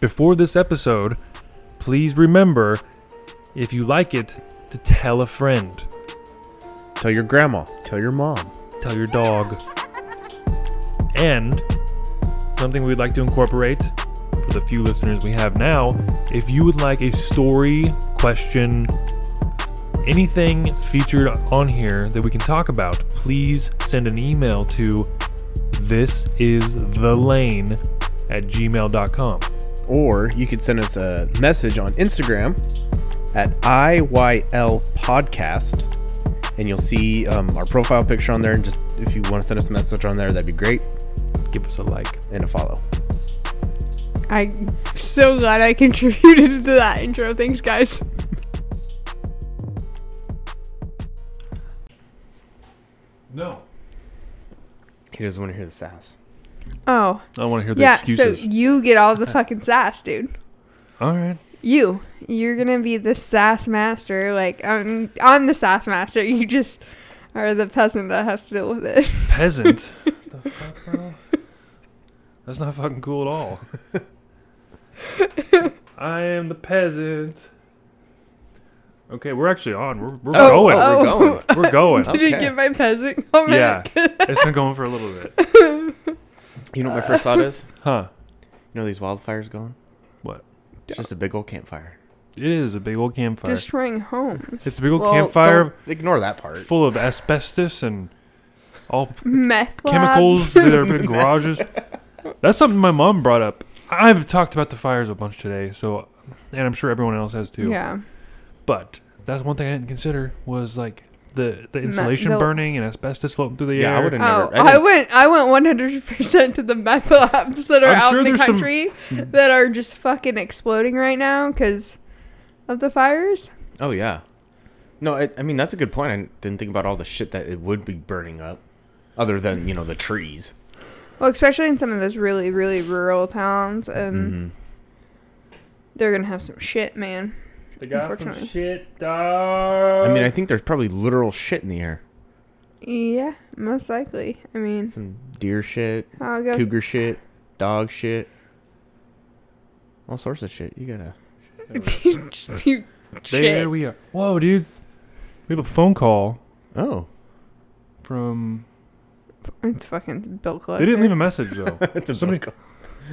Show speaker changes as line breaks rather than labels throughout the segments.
before this episode, please remember if you like it, to tell a friend,
Tell your grandma. Tell your mom.
tell your dog. And something we'd like to incorporate for the few listeners we have now if you would like a story, question, anything featured on here that we can talk about, please send an email to this is the lane at gmail.com.
Or you could send us a message on Instagram at IYL Podcast, and you'll see um, our profile picture on there. And just if you want to send us a message on there, that'd be great.
Give us a like.
And a follow.
I'm so glad I contributed to that intro. Thanks, guys.
No.
He doesn't want to hear the sass.
Oh,
I don't want to hear the
yeah.
excuses.
So you get all the fucking sass, dude.
All right.
You, you're gonna be the sass master. Like I'm, I'm the sass master. You just are the peasant that has to deal with it.
Peasant. the fuck, bro? That's not fucking cool at all. I am the peasant. Okay, we're actually on. We're, we're
Oh,
going.
oh. we're
oh.
We're going.
Did you
Okay.
get my peasant comment?
Yeah. It's been going for a little bit.
You know what my first thought is?
Huh.
You know these wildfires going?
What?
It's just a big old campfire.
It is a big old campfire.
Destroying homes.
it's a big old campfire
Ignore that part.
full of asbestos and all
Meth labs.
chemicals that are in garages. That's something my mom brought up. I've talked about the fires a bunch today, so and I'm sure everyone else has too.
Yeah.
But that's one thing I didn't consider was like the the insulation
the-
burning and asbestos floating through the
Yeah, I
air.
would've
Oh,
Never- I
I,
didn't-
went. I went one hundred percent to the meth labs that are
I'm
out
sure
in the
there's some- Hmm.
country that are just fucking exploding right now because of the fires.
Oh yeah. No, I, I mean that's a good point. I didn't think about all the shit that it would be burning up, other than you know the trees.
Well, especially in some of those really, really rural towns,
Mm-hmm.
and they're gonna have some shit, man.
They
got some Unfortunately.
shit, dog.
I mean, I think there's probably literal shit in the air.
Yeah, most likely. I mean,
Some deer shit,
how it goes.
cougar shit, dog shit, all sorts of shit. You gotta.
You
there
shit.
we are. Whoa, dude, we have a phone call
Oh,
from.
It's fucking Bill Collector.
They didn't leave a message though.
it's a
Somebody-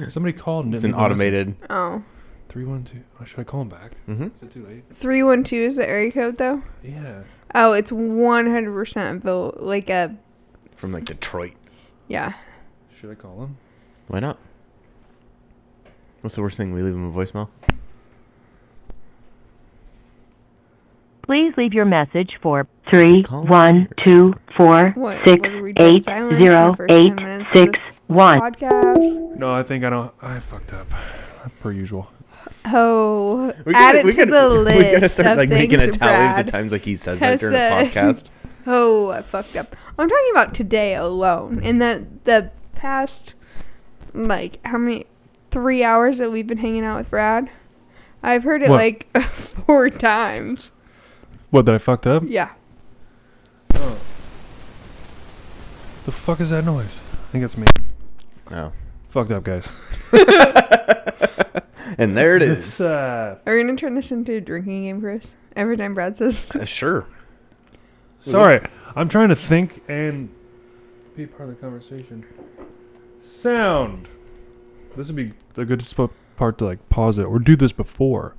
Somebody called. And
It's an automated.
Oh.
Three one two. Oh, Should I call him back?
Mm-hmm.
Is it too late?
312 is the area code, though?
Yeah.
Oh, it's 100% Bill. Like a.
From like Detroit.
Yeah.
Should I call him?
Why not? What's the worst thing? We leave him a voicemail.
Please leave your message for
it
three
called?
one two four
What-
six
what are we doing?
eight
Silence in the
zero
first
eight
10 minutes of this
six one.
Podcast.
No, I think I don't. I fucked up, per usual.
Oh. Add it to the list.
We gotta start
of
like making a
things
tally of
Brad
the times like he says that
has
during a
said.
podcast.
Oh, I fucked up. I'm talking about today alone. In the the past, like how many three hours that we've been hanging out with Brad, I've heard it
What?
like four times.
What? That I fucked up?
Yeah,
The fuck is that noise? I think that's me.
Oh,
Fucked up, guys.
and there it is.
Uh,
are we gonna turn this into a drinking game, Chris? Every time Brad says,
Uh, sure.
Sorry, I'm trying to think and be part of the conversation. Sound. This would be a good spot part to like pause it or do this before.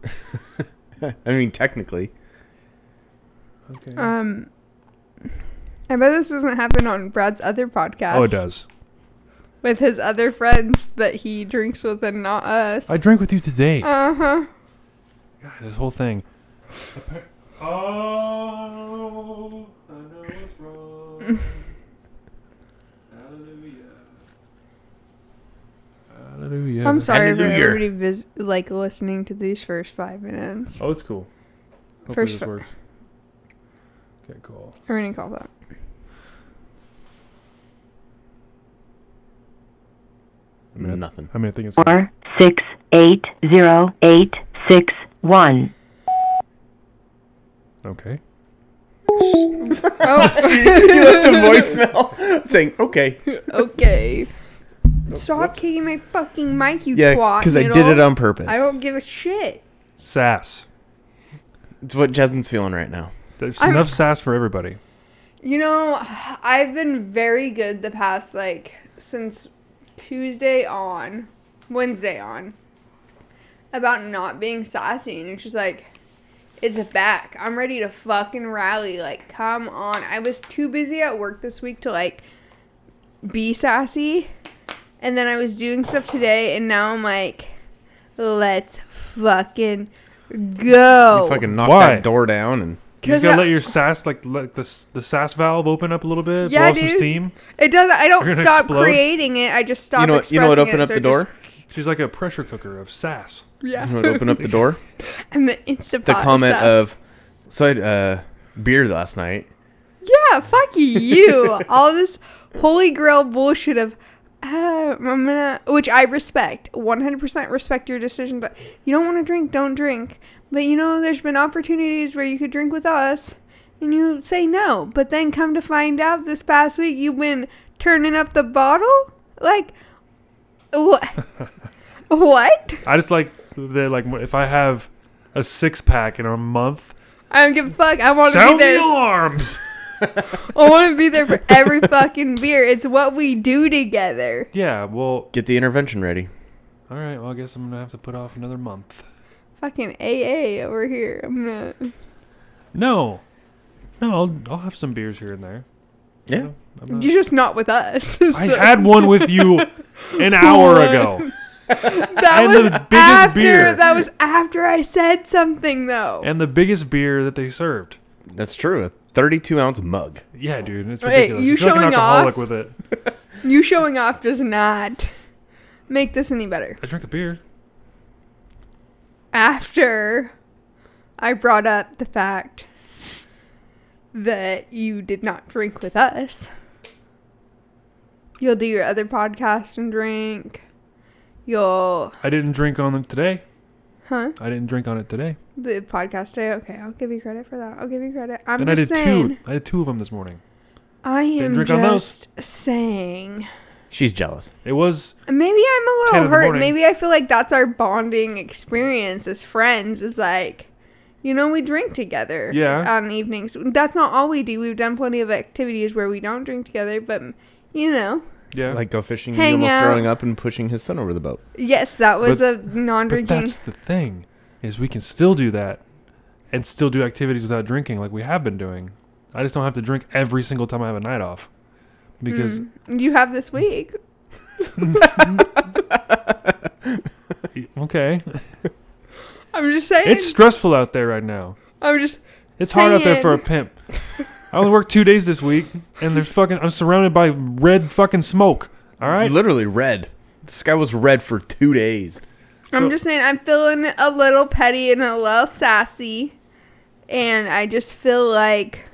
I mean, technically.
Okay.
um, I bet this doesn't happen on Brad's other podcast.
oh, it does.
with his other friends that he drinks with and not us.
I drank with you today.
uh huh.
God, this whole thing. Oh, I know it's wrong. Hallelujah. Hallelujah.
I'm sorry for
Hallelujah.
everybody vis- like listening to these first five minutes.
Oh, it's cool. Hopefully
First
this
fir-
works. Okay, cool.
We're gonna call that.
Yeah.
Nothing.
I mean, I think it's cool.
Four six eight zero eight six one.
okay.
Oh,
You left a voicemail saying, okay.
okay. Stop kicking my fucking mic, you
Yeah,
twat.
because I did
middle.
it on purpose.
I don't give a shit.
Sass.
It's what Jasmine's feeling right now.
There's
I'm-
enough sass for everybody.
You know, I've been very good the past, like, since Tuesday on, Wednesday on, about not being sassy. And it's just like, it's back. I'm ready to fucking rally. Like, come on. I was too busy at work this week to, like, be sassy. And then I was doing stuff today, and now I'm like, let's fucking go.
You fucking knocked
Oh. Why?
that door down and
You just
'Cause
gotta
I-
let your sass, like, let the, s- the sass valve open up a little bit,
Yeah,
blow off
dude.
some steam.
It does. I don't
You're gonna
stop
explode?
creating it. I just stop.
you know what,
expressing
you know what
it,
opened up
so
the
it just-
door?
She's like a pressure cooker of sass.
yeah.
You know what opened up the door?
and the instant
Mm-hmm. The comment of so I had uh, beer last night.
yeah, fuck you. All this holy grail bullshit of. Uh, I'm gonna, which I respect, 100% respect your decision. But you don't want to drink, don't drink. But you know, there's been opportunities where you could drink with us, and you say no. But then come to find out, this past week you've been turning up the bottle. Like, what? what?
I just like the like if I have a six pack in a month,
I don't give a fuck. I want to be
sound the
there.
alarms.
I want to be there for every fucking beer. It's what we do together.
yeah, well,
Get the intervention ready.
all right. Well, I guess I'm gonna have to put off another month.
Fucking AA over here. I'm gonna.
No, no, I'll, I'll have some beers here and there.
Yeah.
I'm not-
You're just not with us.
I
So-
had one with you an hour ago,
that
and
was
the biggest
after.
beer.
That was after I said something though.
and the biggest beer that they served.
That's true. A 32 ounce mug.
Yeah, dude, it's
Wait,
ridiculous.
you
It's like an
showing
alcoholic
off?
with it.
you showing off does not make this any better.
I drink a beer.
After I brought up the fact that you did not drink with us. You'll do your other podcast and drink. You'll
I didn't drink on it today.
Huh?
I didn't drink on it today.
The podcast day. Okay, I'll give you credit for that. I'll give you credit. I'm
and I did
just saying.
two. I did two of them this morning.
I am
drink on those.
just saying.
She's jealous.
It was
Maybe I'm a
10
little
in the
hurt.
morning.
Maybe I feel like that's our bonding experience as friends. Is like, you know, we drink together.
Yeah.
On evenings. That's not all we do. We've done plenty of activities where we don't drink together, but you know,
yeah.
Like go fishing,
Hang
and almost
out.
throwing up and pushing his son over the boat.
yes, that was a
But
non-drinking.
that's the thing, is we can still do that and still do activities without drinking like we have been doing. I just don't have to drink every single time I have a night off. Because
Mm. You have this week.
okay.
I'm just saying.
It's stressful out there right now.
I'm just.
It's hard out there for a
Saying.
pimp. I only worked two days this week and there's fucking I'm surrounded by red fucking smoke. All right?
Literally red. This guy was red for two days.
So-
I'm just saying, I'm feeling a little petty and a little sassy, and I just feel like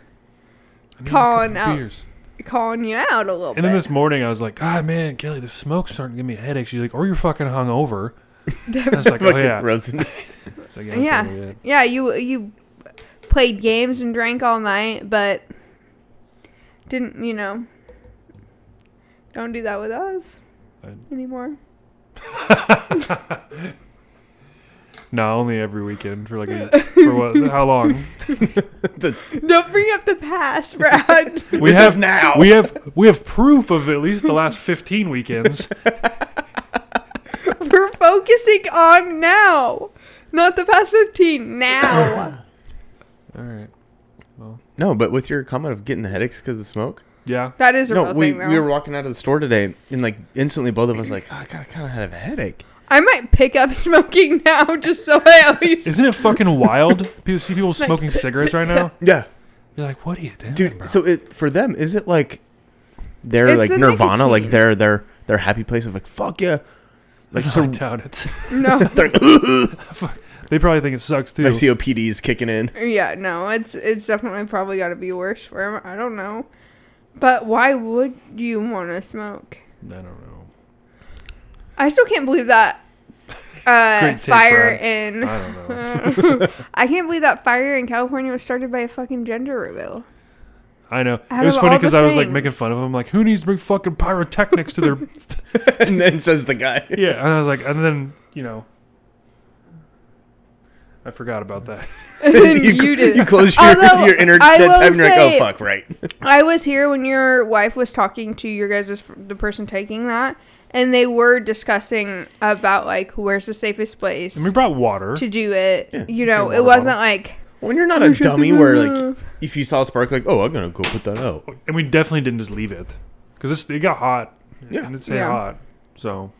calling out,
Beers.
calling you out a little
And
bit.
then this morning I was like, God man, Kelly, the smoke's starting to give me a headache. She's like, Or you're fucking hungover. I was like, Oh
Fucking
yeah.
roasted.
It's like, that's
yeah,
probably it.
yeah, you you played games and drank all night, but didn't you know? Don't do that with us
I-
anymore.
No, only every weekend for like a, for what? How long?
Don't bring up the past, Brad.
We
This
have
is now.
We have we have proof of at least the last fifteen weekends.
We're focusing on now, not the past fifteen. Now,
All right.
No, but with your comment of getting the headaches because of the smoke.
Yeah.
that is a
No,
real
we,
thing. Though.
we were walking out of the store today, and like instantly both of us like, oh, I kind of had a headache.
I might pick up smoking now just so I at least.
Isn't it fucking wild? People see people smoking cigarettes right now.
Yeah,
You're like, what are you doing,
dude.
bro?
So it for them is it like they're
It's
like
the
Nirvana, like
nicotine.
their their their happy place of like fuck yeah, like
No, I
so
doubt it.
No.
they're like,
They probably think it sucks too.
my COPD is kicking in.
yeah, no, it's it's definitely probably got to be worse for him. I don't know, but why would you want to smoke?
I don't know.
I still can't believe that uh,
Great take,
fire
Brad.
in.
I don't know.
I can't believe that fire in California was started by a fucking gender reveal.
I know.
Out
it was
of
funny
all the
because I was like
things.
making fun of him. Like, who needs to bring fucking pyrotechnics to their.
and then says the guy.
yeah. And I was like, and then, you know. I forgot about that.
you,
you did.
you close your,
Although,
your inner
I
that
will
time. You're like, oh
say-
fuck, right.
I was here when your wife was talking to your guys, the person taking that, and they were discussing about like where's the safest place
And we brought water.
to do it. you know,
water
it wasn't
bottle.
like
When you're not a
should
dummy,
do
where
that.
like if you saw a spark, like, oh, I'm gonna go put that out.
and we definitely didn't just leave it because it got hot.
Yeah.
and it stayed
Yeah.
hot. So,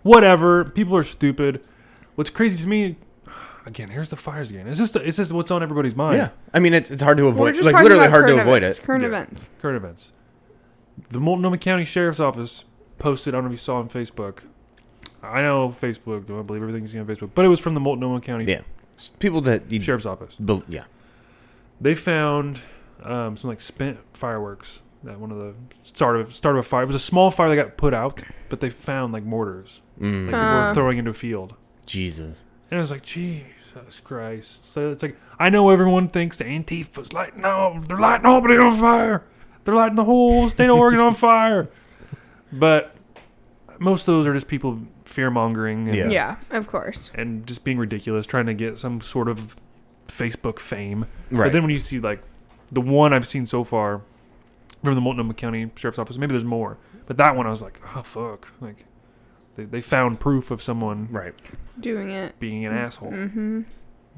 whatever. People are stupid. What's crazy to me, again, here's the fires again. It's just it's just what's on everybody's mind.
Yeah, I mean it's it's hard to
we're
avoid.
just
Like
talking
literally
about
hard to
current
avoid
events,
it.
Current
Yeah.
events.
Current events. The Multnomah County Sheriff's Office posted. I don't know if you saw on Facebook. I know Facebook. Don't believe everything you see on Facebook, but it was from the Multnomah County
Yeah, It's people that you
Sheriff's Office.
bel- yeah.
They found um, some like spent fireworks at one of the start of start of a fire. It was a small fire that got put out, but they found like mortars,
Mm.
like people were
Uh.
throwing into a field.
Jesus.
And I was like, Jesus Christ. So it's like, I know everyone thinks the Antifa's lighting up. They're lighting Albany on fire. They're lighting the whole state of Oregon on fire. But most of those are just people fear mongering and,
Yeah.
Yeah. of course.
and just being ridiculous, trying to get some sort of Facebook fame.
Right.
But then when you see, like, the one I've seen so far from the Multnomah County Sheriff's Office, maybe there's more. But that one, I was like, oh, fuck. Like, they, they found proof of someone
Right.
Doing it.
being an asshole. Mm-hmm.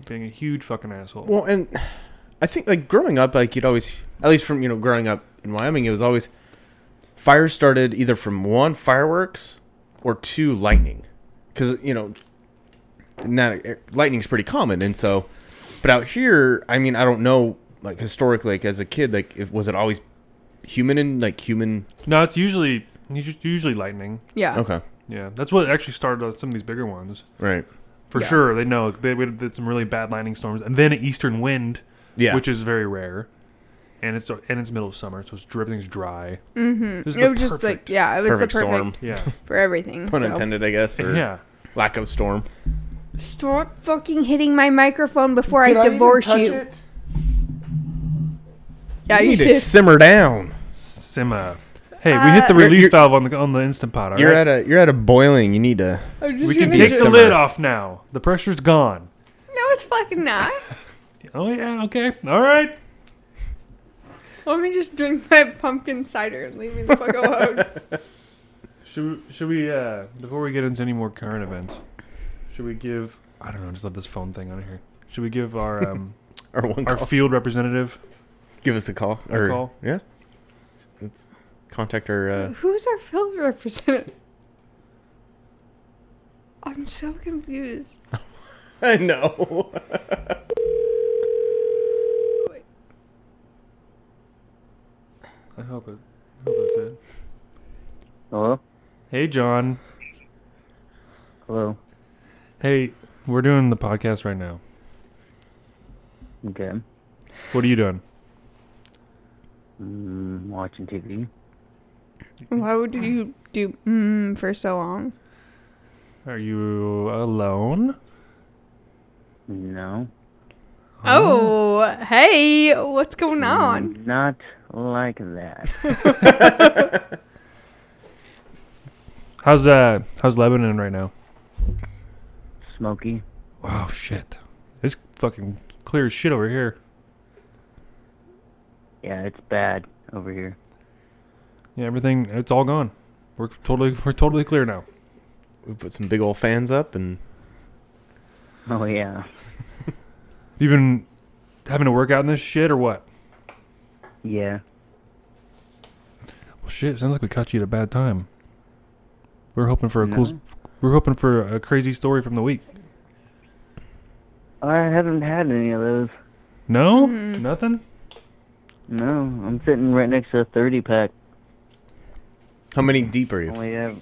Being a huge fucking asshole.
Well, and I think like growing up, like you'd always, at least from you know growing up in Wyoming, it was always fires started either from one fireworks or two lightning, because you know, not lightning's pretty common, and so, but out here, I mean, I don't know, like historically, like as a kid, like if was it always human and like human?
no, it's usually it's usually lightning.
Yeah.
Okay,
Yeah, that's what actually started uh, some of these bigger ones.
right,
For
Yeah.
sure, they know they we did some really bad lightning storms, and then an eastern wind,
yeah,
which is very rare, and it's and it's middle of summer, so it's, everything's dry. Mm-hmm.
It was just like yeah, it was
perfect
the perfect
storm,
yeah,
for everything.
pun
so.
intended, I guess, or
yeah.
lack of storm.
Stop fucking hitting my microphone before I divorce you. Yeah,
You
you
need to
should.
simmer down.
Sima. Hey, we hit the
You're-
release
you're-
valve on the on the instant pot. All
You're
right?
at a you're at a boiling. You need to.
we can
gonna
take
get
the
simmer.
lid off now. The pressure's gone.
No, it's fucking not.
Oh yeah, okay, all right.
Let me just drink my pumpkin cider and leave me the fuck alone.
Should we, should we uh, before we get into any more current events, should we give I don't know, just let this phone thing on here. Should we give our um,
Or one
our
call.
field representative?
Give us a call.
A
or,
call?
Yeah. It's, it's contact our. Uh,
Who's our film representative? I'm so confused.
I know.
I hope it. I hope it's it.
Hello?
Hey John.
Hello.
Hey, we're doing the podcast right now.
Okay.
What are you doing?
Mm, watching TV.
Why would you do mm for so long?
Are you alone?
No.
Oh, hey, what's going on?
Mm, Not like that.
How's uh How's Lebanon right now?
Smoky.
Oh shit, it's fucking clear as shit over here.
Yeah, it's bad over here.
Yeah, everything. It's all gone. We're totally. We're totally clear now.
we put some big old fans up and.
Oh, yeah.
You been having to work out in this shit or what?
Yeah.
Well, shit, sounds like we caught you at a bad time. We are hoping for a cool. s-
No.
We are hoping for a crazy story from the week.
I haven't had any of those.
No, nothing.
No, I'm sitting right next to a 30 pack.
How many deep are you?
Only have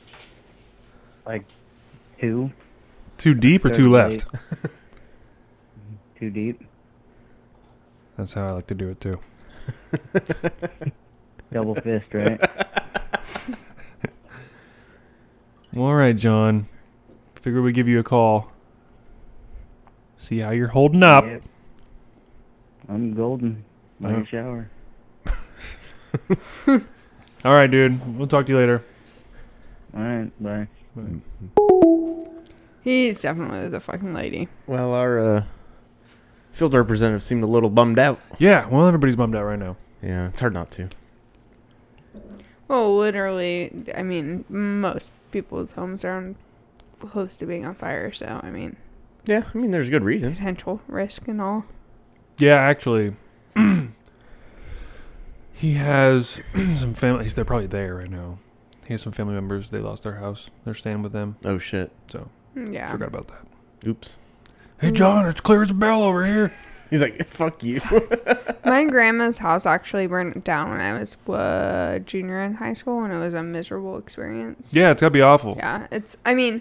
like two.
Too deep or too left.
Too deep.
That's how I like to do it too.
Double fist, right?
Well, all right, John. Figure we give you a call. See how you're holding up.
Yep. I'm golden. Like
Yep.
a shower.
All right, dude. We'll talk to you later.
All right, bye.
He's definitely the fucking lady.
Well, our uh, field representative seemed a little bummed out.
Yeah. Well, everybody's bummed out right now.
Yeah, it's hard not to.
Well, literally, I mean, most people's homes are on, close to being on fire, so I mean,
Yeah, I mean, there's good reason.
potential risk and all.
Yeah, actually, he has some family. They're probably there right now. He has some family members. They lost their house. They're staying with them.
Oh shit!
So
Hmm, Yeah.
forgot about that.
Oops.
Hey, John, it's clear as a bell over here.
He's like, "Fuck you."
My grandma's house actually burned down when I was uh, junior in high school, and it was a miserable experience.
Yeah, it's gotta be awful.
Yeah, it's. I mean,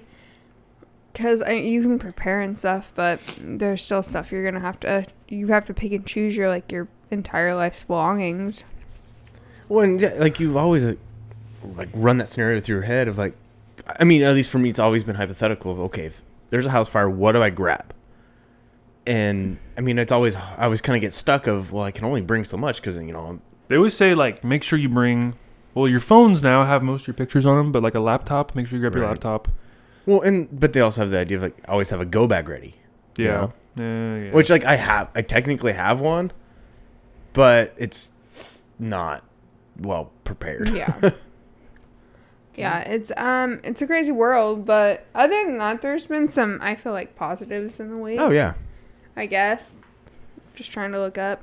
because you can prepare and stuff, but there's still stuff you're gonna have to. You have to pick and choose your like your entire life's belongings.
Well, and yeah, like you've always uh, like run that scenario through your head of like, I mean, at least for me, it's always been hypothetical of okay, if there's a house fire, what do I grab? And I mean, it's always I always kind of get stuck of well, I can only bring so much because you know I'm
They always say like, make sure you bring. Well, your phones now have most of your pictures on them, but like a laptop, make sure you grab your
Right.
laptop.
well, and but they also have the idea of like I always have a go bag ready,
Yeah. Yeah, yeah.
which like I have, I technically have one, but it's not well prepared.
Yeah. yeah, it's um, it's a crazy world, but other than that, there's been some I feel like positives in the week.
Oh yeah,
I guess. Just trying to look up.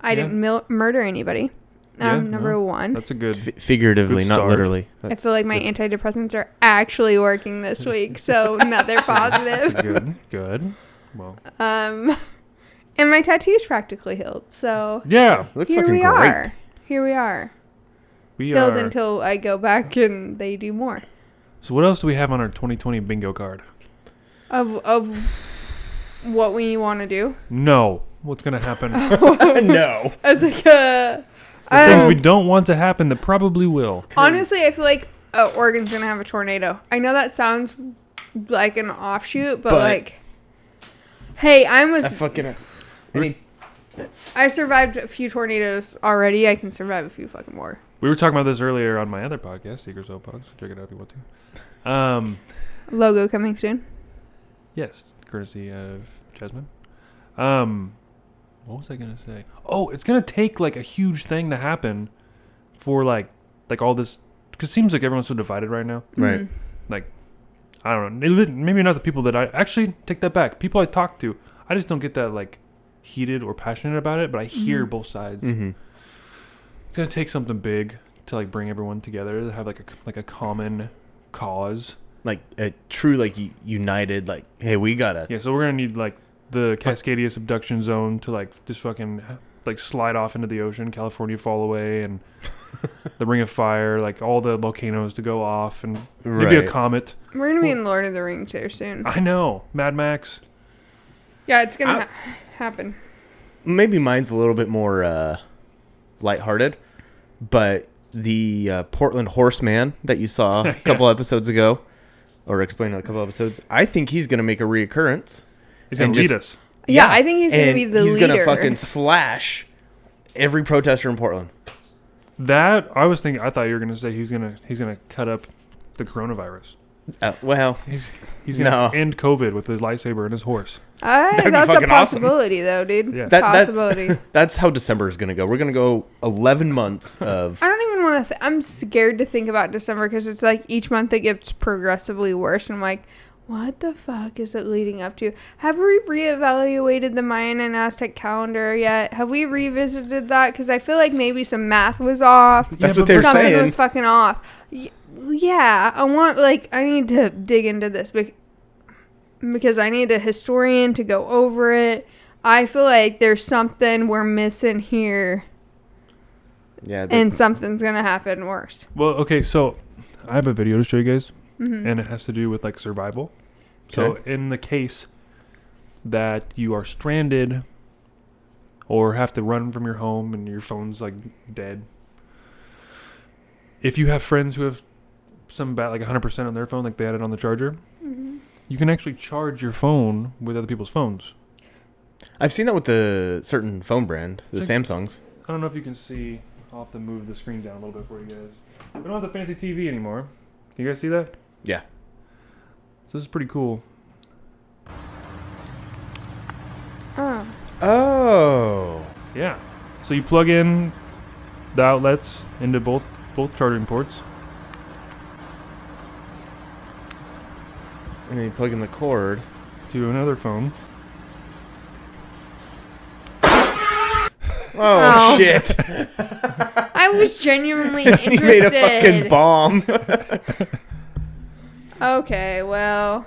I
Yeah.
didn't mil- murder anybody.
Yeah,
Um, number
no,
one.
that's a good.
F- figuratively,
Good
not
start.
literally.
I feel like my antidepressants are actually working this week, so another positive.
good. Good. Well.
Um, and my tattoo's practically healed, so
Yeah.
Looks
here
fucking
we
great.
are. Here we are.
We
Healed
are.
until I go back and they do more.
so what else do we have on our 2020 bingo card?
Of of what we want to do.
No. What's gonna happen?
no.
It's like a.
The
Um,
things we don't want to happen that probably will.
Honestly, I feel like uh, Oregon's gonna have a tornado. I know that sounds like an offshoot, but,
But-
like, hey, I
I
was
fucking. I mean,
I survived a few tornadoes already. I can survive a few fucking more.
We were talking about this earlier on my other podcast, Secret Soul Pogs. Check it out if you want to. Um,
Logo coming soon.
yes, courtesy of Jasmine. Um, what was I gonna say? Oh, it's gonna take like a huge thing to happen for like like all this because it seems like everyone's so divided right now.
right.
Mm-hmm.
I don't know. It- Maybe not the people that I actually take that back. People I talk to, I just don't get that like heated or passionate about it. But I hear both sides.
Mm-hmm.
It's gonna take something big to like bring everyone together to have like a like a common cause.
Like a true, like u- united, like hey, we gotta.
Yeah, so we're gonna need like the Cascadia subduction zone to like just fucking like slide off into the ocean, California fall away, and the Ring of Fire, like all the volcanoes to go off, and maybe a
Right.
comet.
We're gonna be in Lord of the Rings here soon.
I know, Mad Max.
Yeah, it's gonna
Ah, I-
ha- happen.
Maybe mine's a little bit more uh, lighthearted, but the uh, Portland Horseman that you saw a couple episodes ago, or explained a couple episodes, I think he's gonna make a reoccurrence.
He's gonna
And
lead
just-
us.
Yeah, I think he's gonna
and
be the
he's
leader.
gonna fucking slash every protester in Portland.
That I was thinking. I thought you were gonna say he's gonna he's gonna cut up the coronavirus.
Uh, well,
He's he's gonna
No.
end COVID with his lightsaber and his horse.
I,
be
that's a
fucking awesome.
possibility, though, dude.
Yeah.
that,
possibility.
that's that's how December is gonna go. We're gonna go eleven months of
I don't even want to. Th- I'm scared to think about December because it's like each month it gets progressively worse. And I'm like, what the fuck is it leading up to? Have we reevaluated the Mayan and Aztec calendar yet? Have we revisited that? Because I feel like maybe some math was off.
That's
Yeah,
what
but
they're
something
saying.
was fucking off. Y- yeah, I want like I need to dig into this bec- because I need a historian to go over it. I feel like there's something we're missing here,
yeah, the-
and something's gonna happen worse.
Well, okay, so I have a video to show you guys, and it has to do with like survival. So, in the case that you are stranded or have to run from your home and your phone's like dead, if you have friends who have some about like 100% on their phone, like they had it on the charger,
Mm-hmm.
you can actually charge your phone with other people's phones.
I've seen that with the certain phone brand, the Samsungs.
I don't know if you can see. I'll have to move the screen down a little bit for you guys. We don't have the fancy TV anymore. Can you guys see that?
Yeah.
So this is pretty cool.
Oh.
Oh.
Yeah. So you plug in the outlets into both both charging ports.
And then you plug in the cord.
to another phone.
Oh,
Ow.
shit.
I was genuinely
he made a
interested.
fucking bomb.
Okay, well,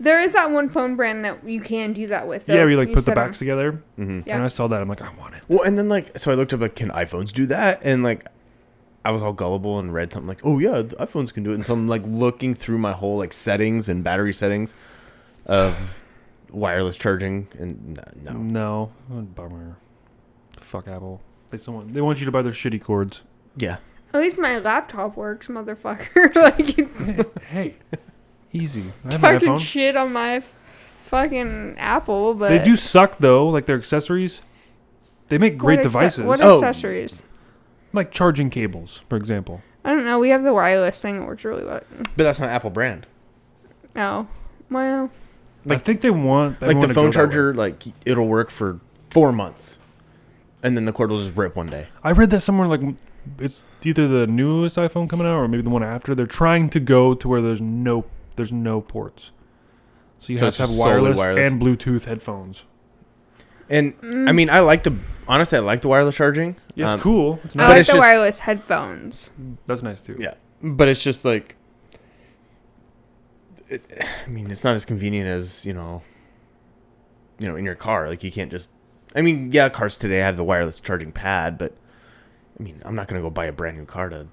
there is that one phone brand that you can do that with.
yeah,
though.
we like
You
put the
said, um,
backs together.
Yeah.
And I saw that. I'm like, I want it.
Mm-hmm. well, and then like, so I looked up like, can iPhones do that? And like, I was all gullible and read something like, oh yeah, the iPhones can do it. And so I'm like looking through my whole like settings and battery settings of wireless charging, and no, no.
No, Oh, bummer. Fuck Apple. They still want, they want you to buy their shitty cords.
yeah,
At least my laptop works, motherfucker. like you
Hey, easy. I have an
talking
iPhone.
shit on my f- fucking Apple, but
They do suck though. Like their accessories, they make great
What acce-
devices.
What
Oh.
accessories?
like charging cables, for example.
I don't know. We have the wireless thing that works really well. Mm,
but that's not Apple brand.
No, well,
I think they want
Like
everyone
the
to go that
phone
way.
charger, like it'll work for four months, and then the cord will just rip one day.
I read that somewhere like it's either the newest iPhone coming out or maybe the one after. They're trying to go to where there's no there's no ports. So you
So
have
it's
to have
just solely
wireless,
wireless.
and Bluetooth headphones.
And
mm,
I mean, I like the honestly, I like the wireless charging.
Yeah, it's
Um,
cool. It's
I
nice.
But
like
it's
the
just-
wireless headphones.
That's nice too.
Yeah, but it's just like, it, I mean, it's not as convenient as you know, you know, in your car. Like you can't just. I mean, yeah, cars today have the wireless charging pad, but I mean, I'm not gonna go buy a brand new car to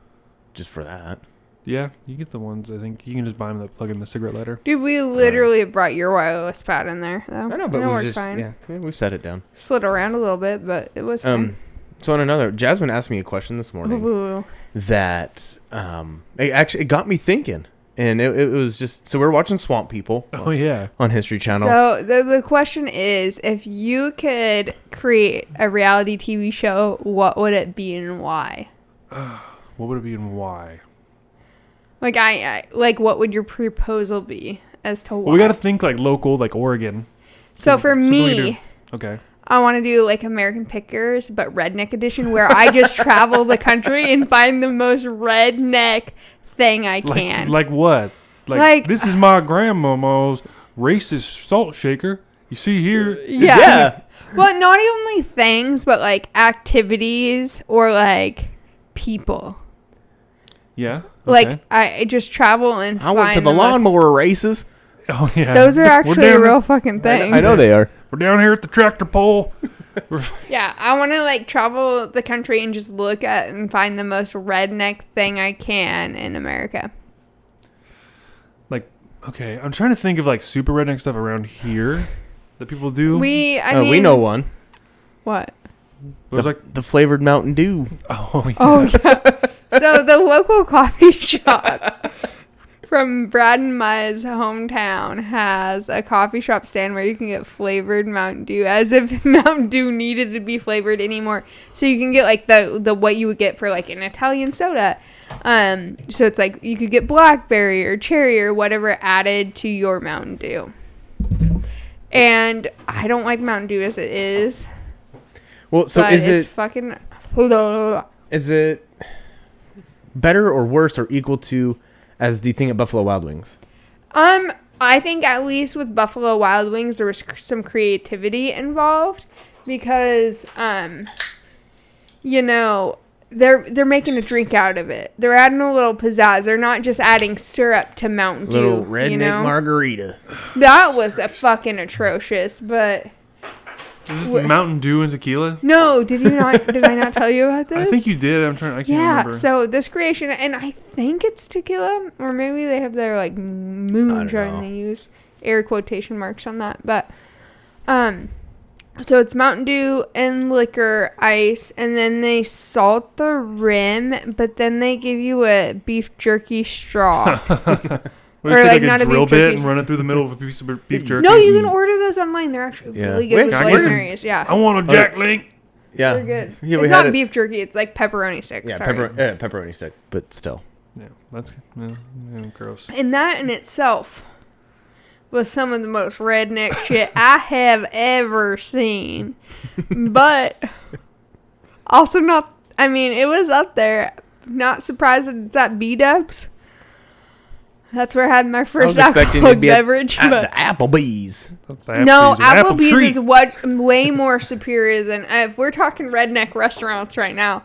just for that.
Yeah, you get the ones. I think you can just buy them that plug in the cigarette lighter.
Dude, we literally brought your wireless pad in there. Though.
I know,
It
but we
worked
just
Oh, fine.
yeah, yeah, we've set it down.
slid around a little bit, but it was
Um, so on another, Jasmine asked me a question this
fine.
morning
Ooh.
that um, it actually it got me thinking, and it, it was just so we we're watching Swamp People
Oh yeah.
on History Channel.
So the the question is, if you could create a reality TV show, what would it be and why?
What would it be and why?
Like I, I like, what would your proposal be as to why?
Well, we got to think like local, like Oregon.
so for
something we do.
me,
Okay.
I want to do like American Pickers, but redneck edition, where I just travel the country and find the most redneck thing I
Like
can.
like what? Like,
Like-
this is my grandmama's racist salt shaker. You see here.
yeah.
yeah,
Well, not only things, but like activities or like people.
Yeah. okay.
Like I, I just travel and
I went to
find
the
most-
lawnmower races.
Oh yeah.
Those are
We're
actually
down
a
to-
real fucking thing.
I know they are.
We're down here at the tractor pole.
Yeah, I want to like travel the country and just look at and find the most redneck thing I can in America.
like, okay, I'm trying to think of like super redneck stuff around here that people do.
We, I
Uh,
mean,
we know one.
what.
It was
the,
like,
the flavored Mountain Dew.
oh, yeah.
Oh yeah. so the local coffee shop from Brad and Ma's hometown has a coffee shop stand where you can get flavored Mountain Dew, as if Mountain Dew needed to be flavored anymore. So you can get like the the what you would get for like an Italian soda. Um, so it's like you could get blackberry or cherry or whatever added to your Mountain Dew. And I don't like Mountain Dew as it is,
Well, so
but
is
it's
it
fucking.
is it better or worse or equal to as the thing at Buffalo Wild Wings?
Um, I think at least with Buffalo Wild Wings, there was c- some creativity involved because, um, you know, they're they're making a drink out of it. They're adding a little pizzazz. They're not just adding syrup to Mountain Dew.
Little redneck
you know?
margarita.
That was a fucking atrocious. But
is this
wh-
Mountain Dew and tequila?
no, did you not? did I not tell you about this?
I think you did. I'm trying. I can't
Yeah,
remember.
so this creation, and I think it's tequila, or maybe they have their like moonshine
know.
they use air quotation marks on that, but um, so it's Mountain Dew and liquor ice, and then they salt the rim, but then they give you a beef jerky straw.
What if
or,
they
like,
take
not
a
a beef
drill bit
jerky.
and run it through the middle of a piece of beef jerky?
no, you can order those online. They're actually
Yeah.
really
Wait,
good with
can I get some-
flavors.
I
Yeah.
want a Jack Link.
Oh, Yeah.
They're good.
Yeah, we
it's
had
not
it-
beef jerky. It's like pepperoni sticks.
Yeah,
sorry.
pepper, uh, pepperoni stick, but still.
Yeah, that's yeah, yeah, gross.
And that in itself was some of the most redneck shit I have ever seen. But also not I mean, it was up there. Not surprised that it's at B dubs. That's where I had my first alcoholic beverage.
at,
but
at the Applebee's.
Applebee's
no,
is an apple
Applebee's
treat.
is what way more superior than if we're talking redneck restaurants right now.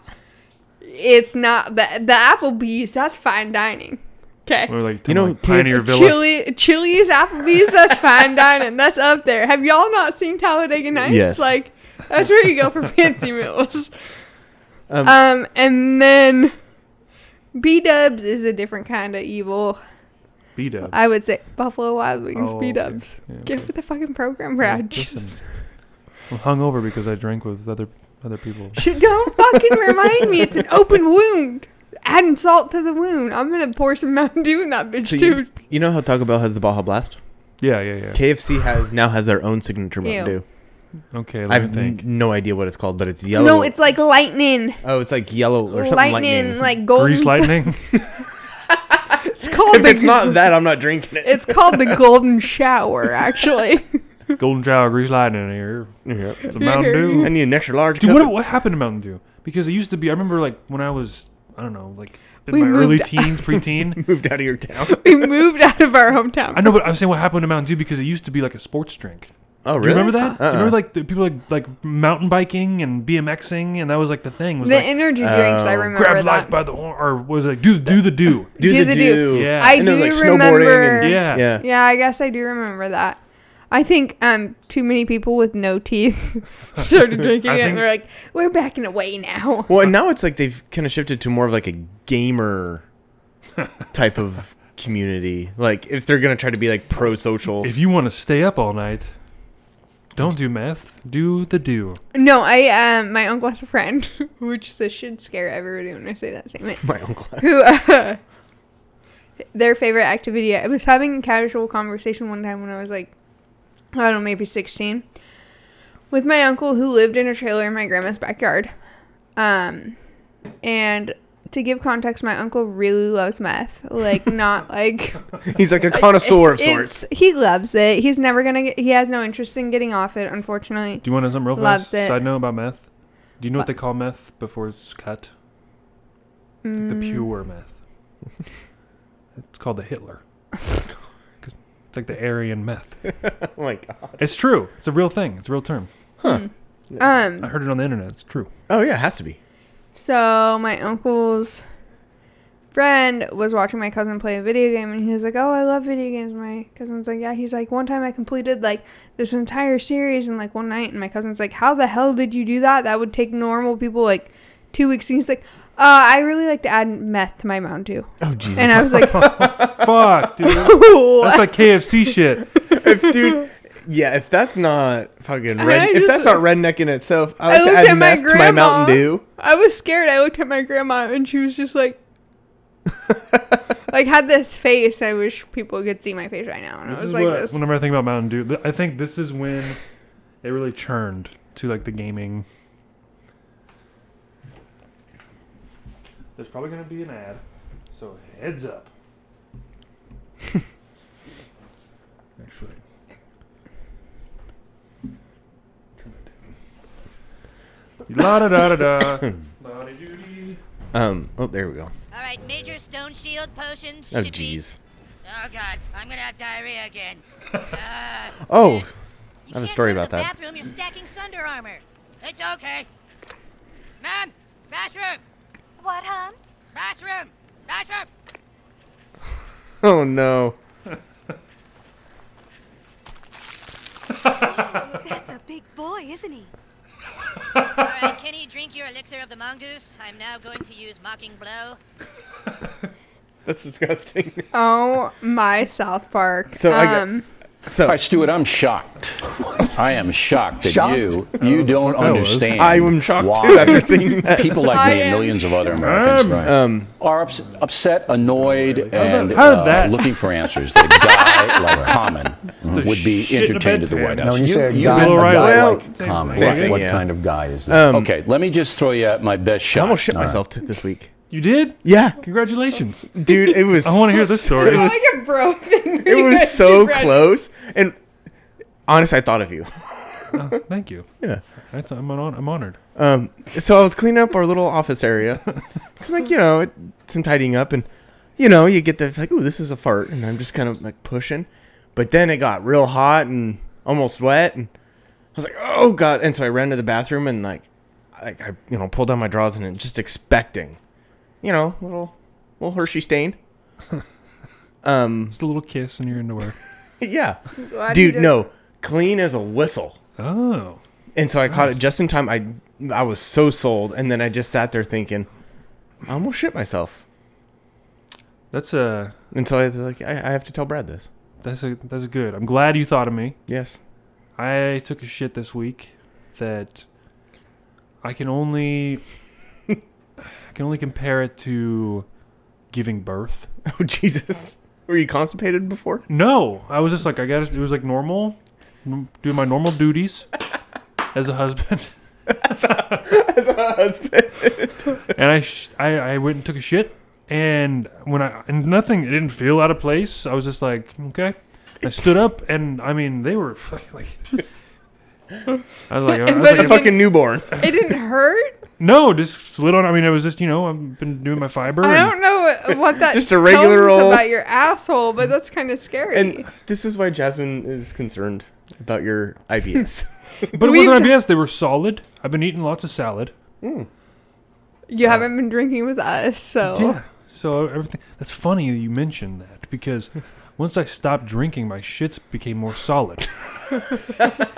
It's not the the Applebee's. That's fine dining. Okay.
Or like
You
you
know,
know, like Pioneer
KFC
Villa.
Chili, Chili's, Applebee's, that's fine dining. That's up there. Have y'all not seen Talladega Nights?
Yes.
Like, that's where you go for fancy meals.
Um,
Um, and then B Dubs is a different kind of evil.
B Dub.
I would say Buffalo Wild Wings
Oh,
B
okay.
Dubs.
Yeah,
Get
okay.
with the fucking program, Brad.
Listen, I'm hungover because I drank with other other people.
Shit, Don't fucking remind me. It's an open wound. Adding salt to the wound. I'm gonna pour some Mountain Dew in that bitch
So
too.
you, you know how Taco Bell has the Baja Blast?
Yeah, yeah, yeah.
KFC has now has their own signature Mountain
Ew.
Dew.
Okay,
I
let me
have n-
think.
no idea what it's called, but it's yellow.
No, it's like lightning.
oh, it's like yellow or something lightning.
lightning, like golden.
Grease lightning.
It's called
if
the,
it's not that, I'm not drinking it.
It's called the golden shower, actually.
Golden shower. Grease lightning here.
Yep.
It's a Mountain Dew.
I need an extra large.
Dude,
cup.
what, what happened to Mountain Dew? Because it used to be. I remember like when I was I don't know like in
We
my early
moved-
teens, preteen.
moved out of your town?
we moved out of our hometown.
I know, but I'm saying what happened to Mountain Dew because it used to be like a sports drink.
Oh,
Do
really?
you remember that? Do
Uh-uh.
you remember like the people like like mountain biking and BMXing and that was like the thing was
the
like uh,
energy drinks. I
Oh.
remember
grab life
that.
by the horn or was it like do do the do.
Do,
Do
the,
the
do.
do.
Yeah.
I
And
do
then, like, snowboarding
remember.
and-
Yeah.
Yeah.
Yeah, I guess I do remember that. I think um too many people with no teeth started drinking
I
it,
think-
and they're like, "We're backing away now."
Well, and now it's like they've kind of shifted to more of like a gamer type of community. Like if they're gonna try to be like pro social,
If you want to stay up all night, don't do meth. Do the do.
No, I um my uncle has a friend, which this should scare everybody when I say that statement.
my uncle.
who uh, their favorite activity. I was having a casual conversation one time when I was like, I don't know, maybe 16, with my uncle who lived in a trailer in my grandma's backyard. Um, and to give context, my uncle really loves meth. Like, not like
He's like a connoisseur of
it's,
sorts.
he loves it. He's never gonna get, he has no interest in getting off it, unfortunately.
Do you want to know something real
Loves
fast?
it.
Side note about meth. Do you know what they call meth before it's cut? Like
Mm.
the pure meth. it's called the Hitler. it's like the Aryan meth.
Oh my god.
It's true. It's a real thing. It's a real term.
Um,
I heard it on the internet. It's true.
Oh yeah, it has to be.
So my uncle's friend was watching my cousin play a video game and he was like, Oh, I love video games. My cousin's like, Yeah, he's like, One time I completed like this entire series in like one night and my cousin's like, How the hell did you do that? That would take normal people like two weeks and he's like, uh, I really like to add meth to my Mountain Dew.
Oh Jesus.
And I was like,
Fuck, dude. That's like KFC shit.
if dude, yeah, if that's not fucking
I
red, if
just-
that's not redneck in itself, I
I
like
looked
to add
at my
meth to my Mountain
grandma.
Dew.
I was scared. I looked at my grandma and she was just like, like had this face. I wish people could see my face right now. And
This
I was
is
like,
what,
this.
whenever I think about Mountain Dew, th- I think this is when it really churned to like the gaming. There's probably gonna be an ad, so heads up. Actually. La da da da da. La da doo
Um. Oh, there we go.
All right, major stone shield potions.
Oh
should be-
jeez.
Oh god, I'm gonna have diarrhea again.
Oh,
You
I have a
can't
story
go to
about
the
that.
Bathroom, you're stacking Sunder armor. It's okay. Ma'am, bathroom,
What, hon?
bathroom, bathroom.
oh no.
That's a big boy, isn't he?
All right, Kenny, drink your elixir of the mongoose. I'm now going to use mocking blow.
That's disgusting.
Oh my South Park.
So I got-
um,
So
All right, Stuart, I'm shocked. I am shocked that
Shocked?
you you don't
I was.
understand.
I am shocked
why
too after seeing that.
people like
I
me and
am
millions of other Americans are ups- upset, annoyed, and
How did
uh,
that-
looking for answers. They die like Common would be
shit in a
interchained at the
bedpan.
White
Now,
House.
when you, say a
you-
guy,
Bill
a guy
O'Reilly.
like
Well,
Common,
same
what,
thing,
what
yeah.
kind of guy is that?
okay, let me just throw you out my best
I
shot.
almost shit myself t- this week.
You did?
Yeah,
Congratulations.
dude, it was.
I want to hear this story.
It's like a bro thing.
It was so close, and honestly, I thought of you.
Oh, thank you.
Yeah.
That's, I'm, on, I'm honored.
Um, so I was cleaning up our little office area. It's like you know, it, some tidying up, and you know, you get the like, oh, this is a fart, and I'm just kind of like pushing. But then it got real hot and almost wet, and I was like, oh god! And so I ran to the bathroom and like, like I you know pulled down my drawers and just expecting, you know, little little Hershey stain. um,
Just a little kiss in your underwear.
yeah,
Glad you
dude,
did.
no, clean as a whistle.
Oh.
And so I caught it just in time. I I was so sold, and then I just sat there thinking, I almost shit myself.
That's a,
And so I was like, I, I have to tell Brad this.
that's a, that's a good. I'm glad you thought of me.
Yes.
I took a shit this week that I can only I can only compare it to giving birth.
Oh Jesus, were you constipated before?
No, I was just like I got it was like normal m- doing my normal duties as a husband.
As a husband.
and I, sh- I I went and took a shit, and when I and nothing, it didn't feel out of place. I was just like, okay. I stood up, and I mean, they were fucking like. I was like, I was
But
like
if-
Fucking newborn.
It didn't hurt.
no, just slid on. I mean, it was just you know, I've been doing my fiber.
I
and-
don't know what, what that
Mm. Just a regular
tells us
old-
about your asshole, but that's kind of scary.
And this is why Jasmine is concerned about your IBS.
but it
we've
wasn't
d-
IBS. They were solid. I've been eating lots of salad.
you haven't been drinking with us, so
Yeah. So everything. That's funny that you mentioned that because once I stopped drinking, my shits became more solid.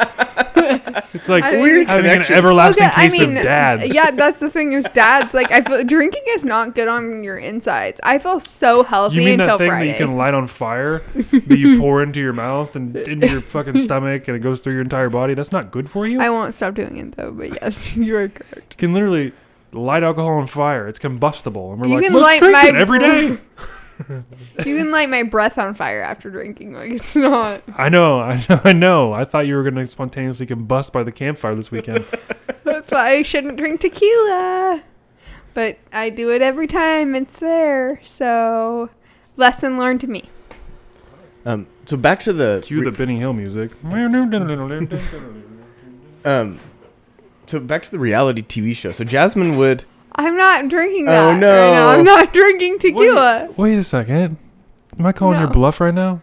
it's like
I
we're
Weird
having
connection.
an everlasting case of dads.
yeah, that's the thing is dads. Like, I feel drinking is not good on your insides. I feel so healthy
You mean
until
that thing
Friday.
that you can light on fire that you pour into your mouth and into your fucking stomach and it goes through your entire body? That's not good for you.
I won't stop doing it though, but yes, you are correct.
you can literally light alcohol on fire. It's combustible, and we're
You
like,
can
let's
light
drink
my
it every
breath."
day.
You can light my breath on fire after drinking. Like, it's not.
I know, I know, I know. I thought you were gonna spontaneously combust by the campfire this weekend.
That's why I shouldn't drink tequila. But I do it every time it's there. So, lesson learned to me.
um. So back to the
Cue the Benny Hill music.
um. So back to the reality TV show. So Jasmine would.
I'm not drinking
Oh,
that. right
no.
now. I'm not drinking tequila.
Wait a second. Am I calling your
No.
bluff right now?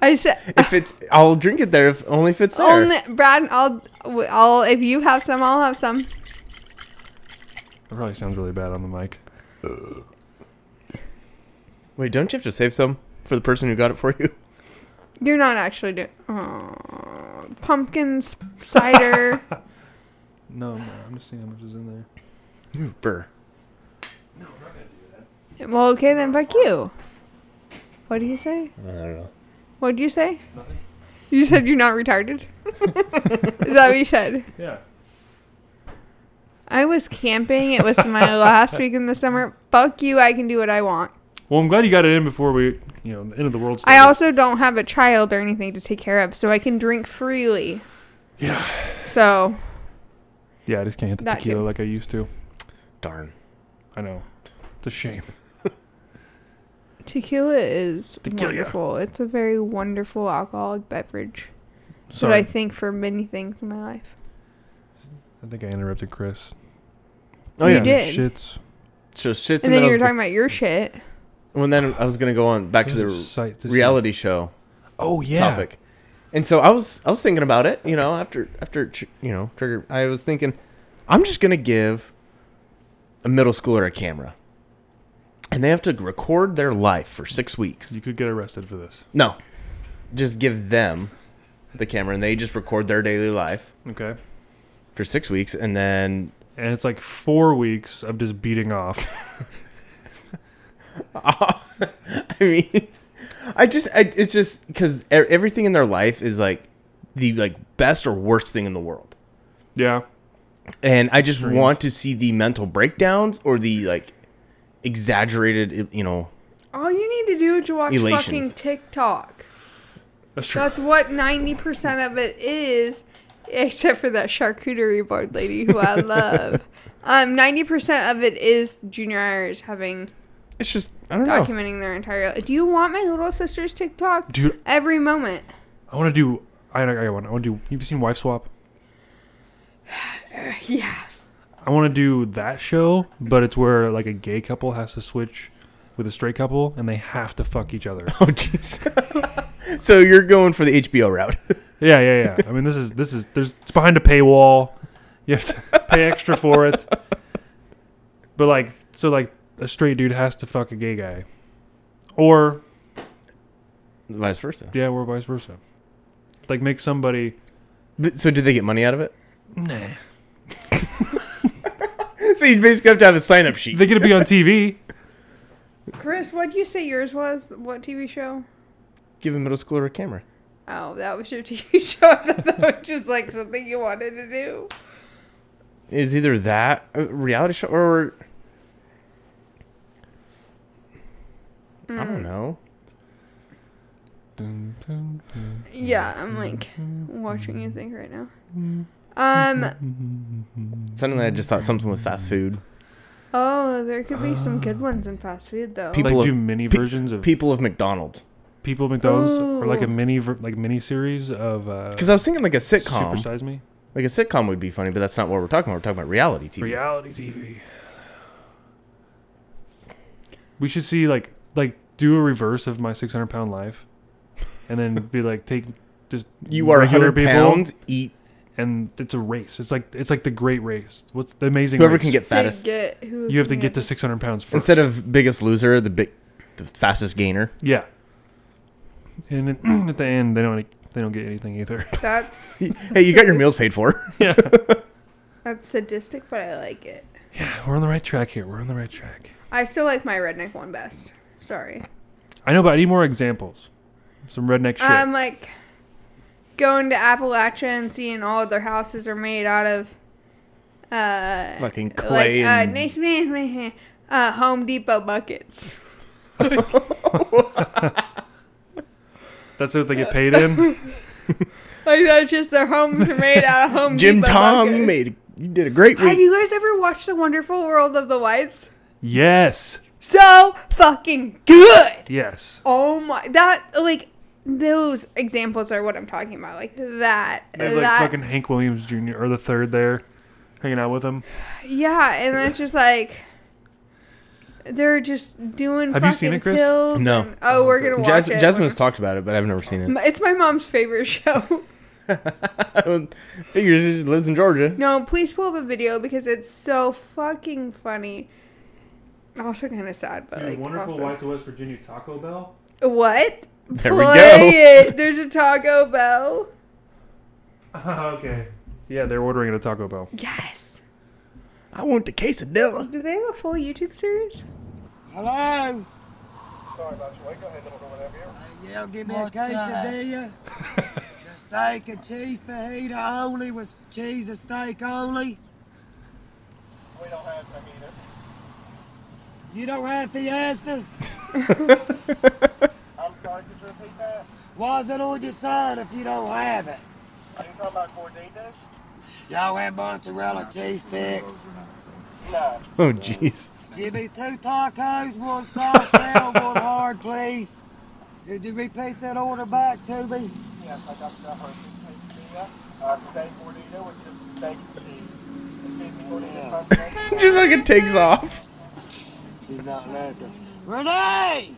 I said
If it's, I'll drink it there. If only if it's there.
only Brad. I'll. I'll. If you have some, I'll have some.
That probably sounds really bad on the mic.
Wait, don't you have to save some for the person who got it for you?
You're not actually doing. Oh, pumpkin s- cider.
No, no, I'm just seeing how much is in there.
Burr.
well, okay then. Fuck you. What do you say?
I don't know.
What do you say? You said you're not retarded. Is that what you said?
Yeah.
I was camping. It was my last week in the summer. Fuck you. I can do what I want.
Well, I'm glad you got it in before we, you know, the end of the world.
I
Started.
also don't have a child or anything to take care of, so I can drink freely.
Yeah.
So
Yeah, I just can't hit the
That
tequila
too.
like I used to.
Darn.
I know. It's a shame.
tequila is
Tequila.
wonderful. It's a very wonderful alcoholic beverage. That's what
Sorry.
I
I,
think for many things in my life.
think I interrupted Chris.
Oh
You
yeah.
did.
Shits.
So shits.
And then
I
you
was
were talking about your shit.
Well, then I was gonna go on back to
There's a
the
site to see.
reality show
Oh yeah.
topic, and so I was I was thinking about it, you know, after after tr- you know trigger, I was thinking, I'm just gonna give a middle schooler a camera, and they have to record their life for six weeks.
You could get arrested for this.
No, just give them the camera, and they just record their daily life
Okay.
for six weeks, and then
And it's like four weeks of just beating off.
I mean, I just, I, it's just because everything in their life is like the like best or worst thing in the world,
yeah.
and I just want to see the mental breakdowns or the like exaggerated, you know.
All you need to do is watch
Elations.
fucking TikTok.
That's true.
That's what 90% of it is, except for that charcuterie board lady who I love. Um, 90% of it is junior hires having
It's just I don't know.
documenting their entire Do you want my little sister's TikTok?
Dude.
Every moment.
I want to do. I, I got one. I want to do. You've seen Wife Swap?
Yeah.
I want to do that show, but it's where like a gay couple has to switch with a straight couple, and they have to fuck each other.
Oh jeez. so you're going for the HBO route.
yeah, yeah, yeah. I mean, this is this is there's it's behind a paywall. You have to pay extra for it. But like, so like a straight dude has to fuck a gay guy, or
Vice versa.
yeah, or vice versa. Like, make somebody.
Th- So did they get money out of it?
Nah.
So you basically have to have a sign up sheet.
They get to be on TV.
Chris, what'd you say yours was? What TV show?
Give a middle schooler a camera.
Oh, that was your TV show. I thought that was just like something you wanted to do.
It was either that a reality show or I
Hmm.
don't know.
Dun, dun, dun.
Yeah, I'm like watching you think right now.
Mm-hmm.
Um.
Suddenly I just thought something with fast food.
Oh, there could be some good ones in fast food though.
People
like
of-
do mini
pe-
versions of
People of McDonald's.
people McDonald's or like a
Ooh.
mini ver- like mini series of uh,
Because I was thinking like a sitcom.
Supersize Me
Like a sitcom would be funny, but that's not what we're talking about. We're talking about reality TV.
reality TV. We should see like like do a reverse of my 600 pound life, and then be like take just
you are
regular
100 pounds, eat
and it's a race. It's like it's like the great race. What's the amazing?
whoever
race.
can get
To
fattest.
get who
You have to
can
get to 600 pounds first.
Instead of biggest loser, the big, the fastest gainer.
yeah. And at- at the end, they don't they don't get anything either.
That's
hey, you got your meals paid for.
yeah,
that's sadistic, but I like it.
we're on the right track here. We're on the right track.
I still like my redneck one best. Sorry.
I know, but I need more examples. Some redneck shit.
I'm like going to Appalachia and seeing all their houses are made out of uh
Fucking
like
clay.
uh,
and-
nice- meh, meh, meh, uh Home Depot buckets.
That's what they
uh,
get paid in.
Like that's just their homes are made out of Home
Jim
Depot
Tom,
buckets.
you made you did a great
Have
week.
you guys ever watched The Wonderful World of the Whites?
yes,
So fucking good.
yes.
Oh my, that like those examples are what I'm talking about. Like that,
They have like
that,
fucking Hank Williams Jr. or the third there, hanging out with him.
yeah. And then it's just like they're just doing.
Have
fucking
you seen it, Chris?
Pills
No.
and- oh, we're gonna watch
Jas-
it.
Jasmine's talked about it, but I've never seen it.
It's my mom's favorite show.
Figures she lives in Georgia.
no, please pull up a video because it's so fucking funny. Also, kind of sad, but like also-
to West Virginia Taco Bell.
What?
There we
Play
go.
it. There's a Taco Bell.
okay. Yeah, they're ordering at a Taco Bell.
Yes.
I want the quesadilla.
Do they have a full YouTube series?
Yeah, give me a quesadilla. the steak and cheese fajita only with cheese and steak only. We don't have them either. You don't have fiestas? I'm sorry, could you repeat that? Why's it on your sign if you don't have it? Are you talking about gorditas? Y'all have mozzarella cheese sticks. No.
Oh jeez.
Give me two tacos, one soft shell, one hard, please. Did you repeat that order back to me? Yes, I got that hard. Uh, steak gordita with just steak and cheese.
Just like it takes off.
She's not laughing. Renee!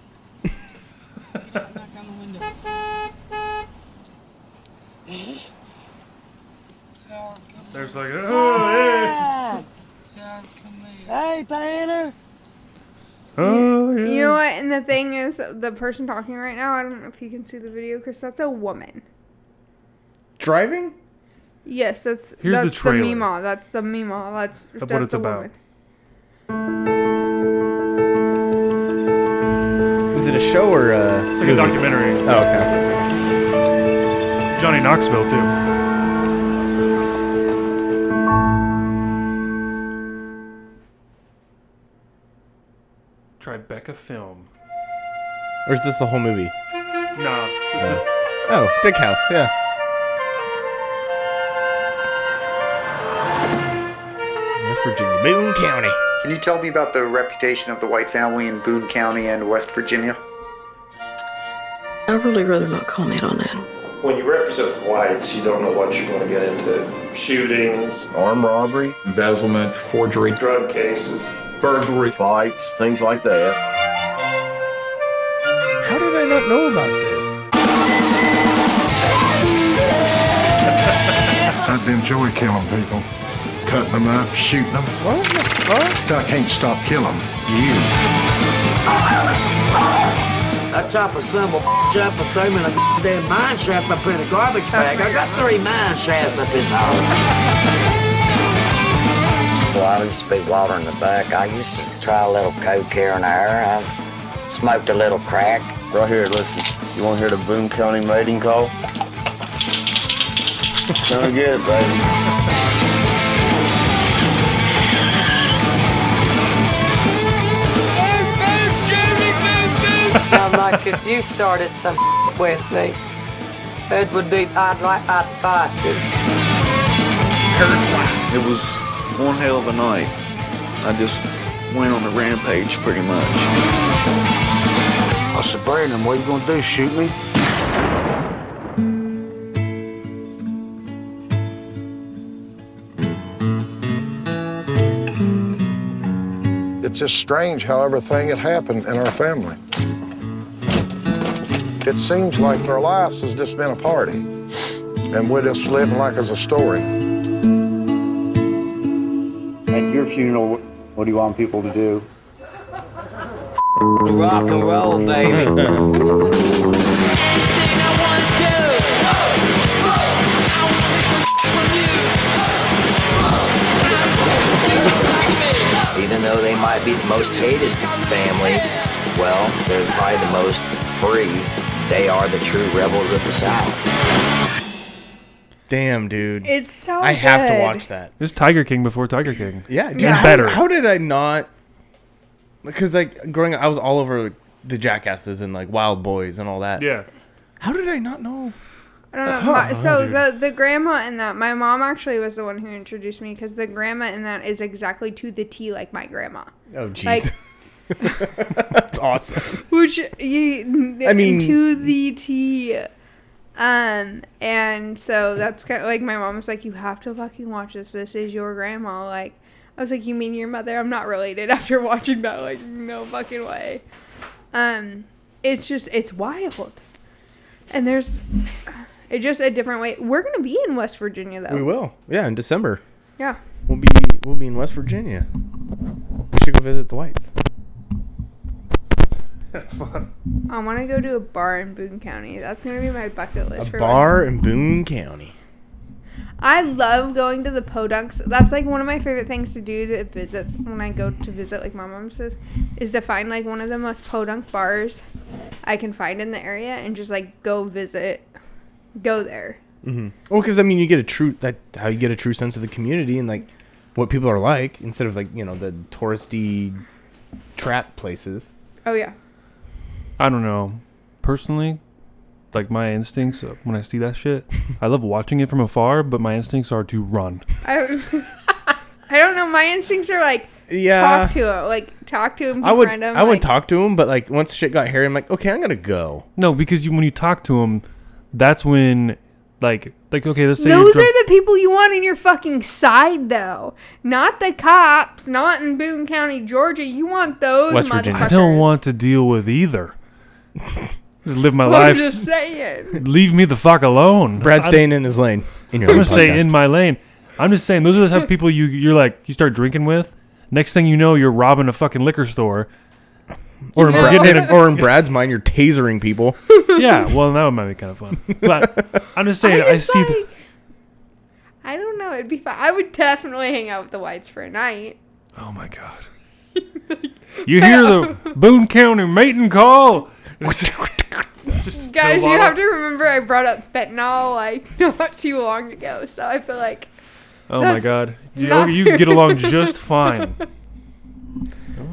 There's like, oh,
Hey, Tanner!
yeah. Oh, yeah.
You know what? And the thing is, the person talking right now, I don't know if you can see the video, Chris, that's a woman.
Driving?
Yes, that's
Here's the
that's the,
trailer.
Mima. That's the Mima. That's
what
that's
it's
a
about.
woman.
Is it a show or a?
It's like a documentary.
Oh okay.
Johnny Knoxville, too. Tribeca Film.
Or is this the whole movie?
No, this is
Oh, Dick House, yeah. West Virginia, Boone County.
Can you tell me about the reputation of the White family in Boone County and West Virginia?
I'd really rather not comment on that.
When you represent the whites, you don't know what you're going to get into shootings, armed robbery, embezzlement, forgery, drug cases, burglary, fights, things like that.
How did I not know about this?
I'd enjoy killing people, cutting them up, shooting them. What? What? I can't stop killing you.
I chop a symbol up and throw him in a damn mine shaft up in a garbage bag. I got three mine shafts up his hole.
Well, I used to be water in the buck. I used to try a little coke here and there. I've smoked a little crack.
Right here, listen. You want to hear the Boone County mating call? Sound good, baby.
I'm like, if you started some with me, it would be, I'd like, I'd fight you.
It was one hell of a night. I just went on a rampage pretty much. I said, Brandon, what you gonna do? Shoot me?
It's just strange how everything had happened in our family. It seems like our lives has just been a party, and we're just living like it's a story.
At your funeral, what do you want people to do?
Rock and roll, baby.
Even though they might be the most hated family, well, they're probably the most free. They are the true rebels of the South.
Damn, dude.
It's so
I have to
good.
watch that.
There's Tiger King before Tiger King.
Yeah,
and
dude, how-
better.
How, did I not? Because like growing up, I was all over the Jackasses and like Wild Boys and all that.
Yeah.
How did I not know?
I don't know.
Uh-huh.
my- so
Oh, dude.
the the grandma in that, my mom actually was the one who introduced me because the grandma in that is exactly to the T like my grandma.
Oh, jeez.
Like,
That's awesome.
which you
I mean-
to the T. Um, and so that's kind of like my mom was like, you have to fucking watch this. This is your grandma. Like, I was like, you mean your mother? I'm not related after watching that. Like, no fucking way. Um, it's just it's wild, and there's it's just a different way. We're gonna be in West Virginia though.
We will. Yeah, in December.
Yeah.
We'll be we'll be in West Virginia. We should go visit the Whites.
I want to go to a bar in Boone County. That's gonna be my bucket list. for West
Bar in Boone County.
I love going to the podunks. That's like one of my favorite things to do to visit when I go to visit like my mom says is to find like one of the most podunk bars I can find in the area and just like go visit go there.
Mm-hmm. Well, because I mean, you get a true that how you get a true sense of the community and like what people are like instead of like you know the touristy trap places.
Oh yeah.
I don't know. Personally, like my instincts uh, when I see that shit, I love watching it from afar, but my instincts are to run.
I I don't know, my instincts are like
Yeah.
talk to him, like talk to him, befriend
I would
him.
I would talk to him, but like once shit got hairy, I'm like, okay, I'm gonna go.
No, because you when you talk to them, that's when like like okay, let's say you're
Those
drunk-
are the people you want in your fucking side, though. Not the cops. Not in Boone County, Georgia. You want those motherfuckers.
I don't want to deal with either. just live my
I'm
life.
just saying.
Leave me the fuck alone.
Brad staying in his lane. In your
I'm
own
gonna stay
podcast.
in my lane. I'm just saying those are the type of people you you're like you start drinking with. Next thing you know, you're robbing a fucking liquor store.
Or in,
You're
Brad,
getting in a-
or in Brad's mind, you're tasering people.
yeah, well, that might be kind of fun. But I'm just saying, I, see. the-
I don't know. It'd be fun. I would definitely hang out with the whites for a night.
Oh my god. you hear the Boone County mating call. Just
Guys,
fill
you
it
have
up.
to remember I brought up fentanyl like not too long ago, so I feel like
Oh my
that's
god. You,
not
you can get along just fine.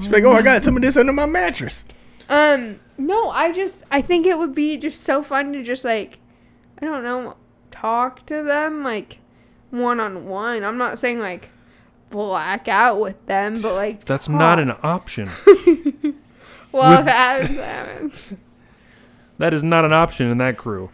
She's like, oh, I got some of this under my mattress.
Um, no, I just I think it would be just so fun to just like I don't know, talk to them like one on one. I'm not saying like black out with them, but like
That's not
talk.
an option.
Well,
with-
if it happens, it happens.
That is not an option in that crew.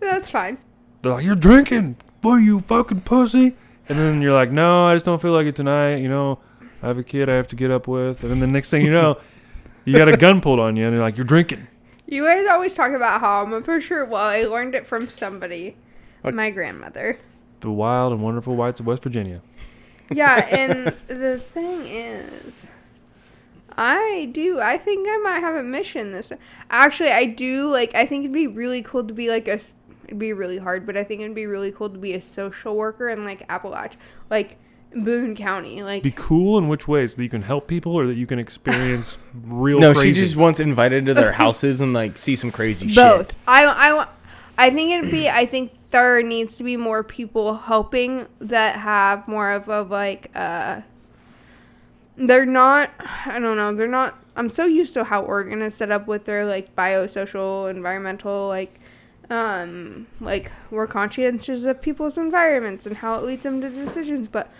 That's fine.
They're like, "You're drinking, boy, you fucking pussy," and then you're like, "No, I just don't feel like it tonight." You know, I have a kid I have to get up with, and then the next thing you know, you got a gun pulled on you, and you're like, "You're drinking."
You guys always talk about how I'm a pretty sure. Well, I learned it from somebody,
Like-
my grandmother.
The wild and wonderful whites of West Virginia.
Yeah, and the thing is, I do. I think I might have a mission this. Actually, I do. Like, I think it'd be really cool to be like a. s- It'd be really hard, but I think it'd be really cool to be a social worker in like Appalach, like Boone County, like.
Be cool in which ways that you can help people or that you can experience real.
no,
crazy.
she just wants invited to their houses and like see some crazy
both.
shit.
I, I, wa- I think it'd be. I think there needs to be more people helping that have more of a like. Uh, they're not. I don't know. They're not. I'm so used to how Oregon is set up with their like biosocial, environmental, like, um, like we're conscientious of people's environments and how it leads them to decisions, but.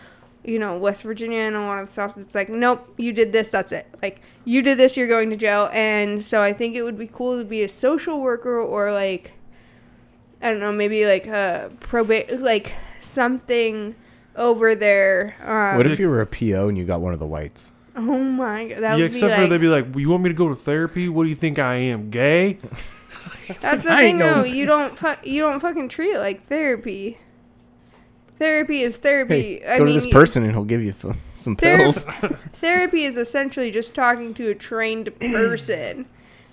You know, West Virginia and a lot of the stuff. It's like, nope, you did this. That's it. Like, you did this. You're going to jail. And so I think it would be cool to be a social worker or like I don't know, maybe like a probate, like something over there. Um,
what if you were a PO and you got one of the whites?
Oh my god, that
yeah,
would be
except for
like.
they'd be like, well, "You want me to go to therapy? What do you think I am, gay?"
that's the
I
thing,
ain't
though.
no-
You don't fu- you don't fucking treat it like therapy. Therapy is therapy.
Hey,
I
go
mean,
to this person and he'll give you f- some
Therapy-
pills.
therapy is essentially just talking to a trained person.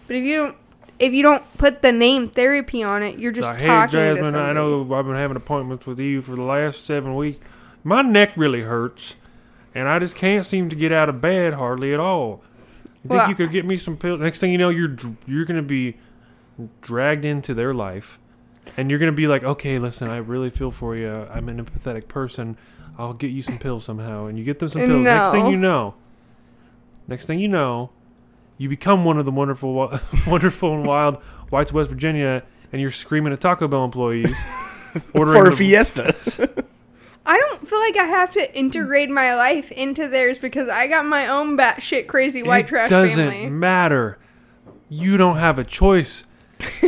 but if you don't, if you don't put the name therapy on it, you're just
Like, hey,
talking to
Jasmine,
somebody.
I know I've been having appointments with you for the last seven weeks. My neck really hurts, and I just can't seem to get out of bed hardly at all. You think
Well-
you could get me some pills? Next thing you know, you're dr- you're gonna be dragged into their life, and you're gonna be like, "Okay, listen, I really feel for you. I'm an empathetic person. I'll get you some pills somehow." And you get them some pills. Next thing
No.
you know, next thing you know, you become one of the wonderful, wa- wonderful and wild whites of West Virginia, and you're screaming at Taco Bell employees ordering
For a
the-
fiesta.
I don't feel like I have to integrate my life into theirs because I got my own batshit crazy white
it
trash
doesn't
family.
matter. You don't have a choice.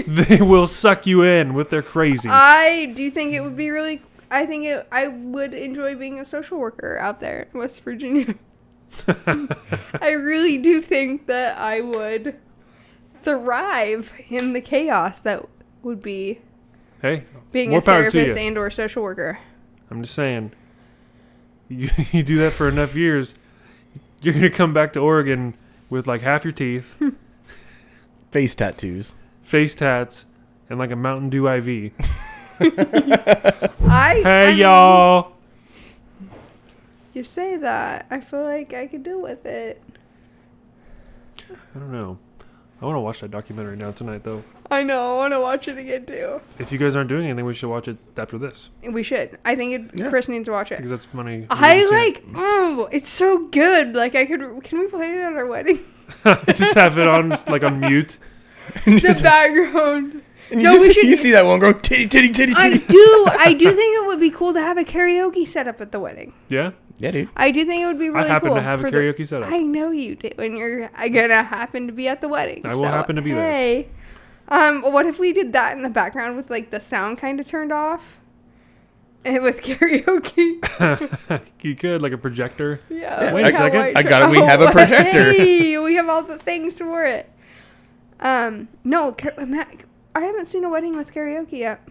they will suck you in with their crazy.
Uh, I do think it would be really. I think it, I would enjoy being a social worker out there in West Virginia. I really do think that I would thrive in the chaos that would be
hey,
being
more
a
power to you.
therapist and or social worker.
I'm just saying, you, you do that for enough years, you're gonna come back to Oregon with like half your teeth,
Face tattoos.
face tats, and like a Mountain Dew IV.
I
hey
I mean,
y'all.
You say that. I feel like I could deal with it.
I don't know. I want to watch that documentary now tonight though.
I know. I want to watch it again too.
If you guys aren't doing anything, we should watch it after this
We should. I think it,
Yeah.
Chris needs to watch it.
because that's money. we
I
haven't seen it.
like. Oh, it's so good. Like I could. Can we play it at our wedding?
just have it on like on mute.
the background.
And you,
No,
just-
we should. e-
you see that one girl titty titty titty
I
titty.
do. I do think it would be cool to have a karaoke setup at the wedding.
Yeah.
Yeah, dude.
I do think it would be really cool.
happen to have a
for
karaoke setup.
I know you do, and you're gonna happen to be at the wedding.
I will happen to be there.
Hey, um, what if we did that in the background with like the sound kind of turned off, and with karaoke?
you could like a projector.
Yeah.
Yeah,
Wait
I-
a second.
I got it. We have a projector.
Hey, we have all the things for it. Um, no, ka- Matt, I haven't seen a wedding with karaoke yet.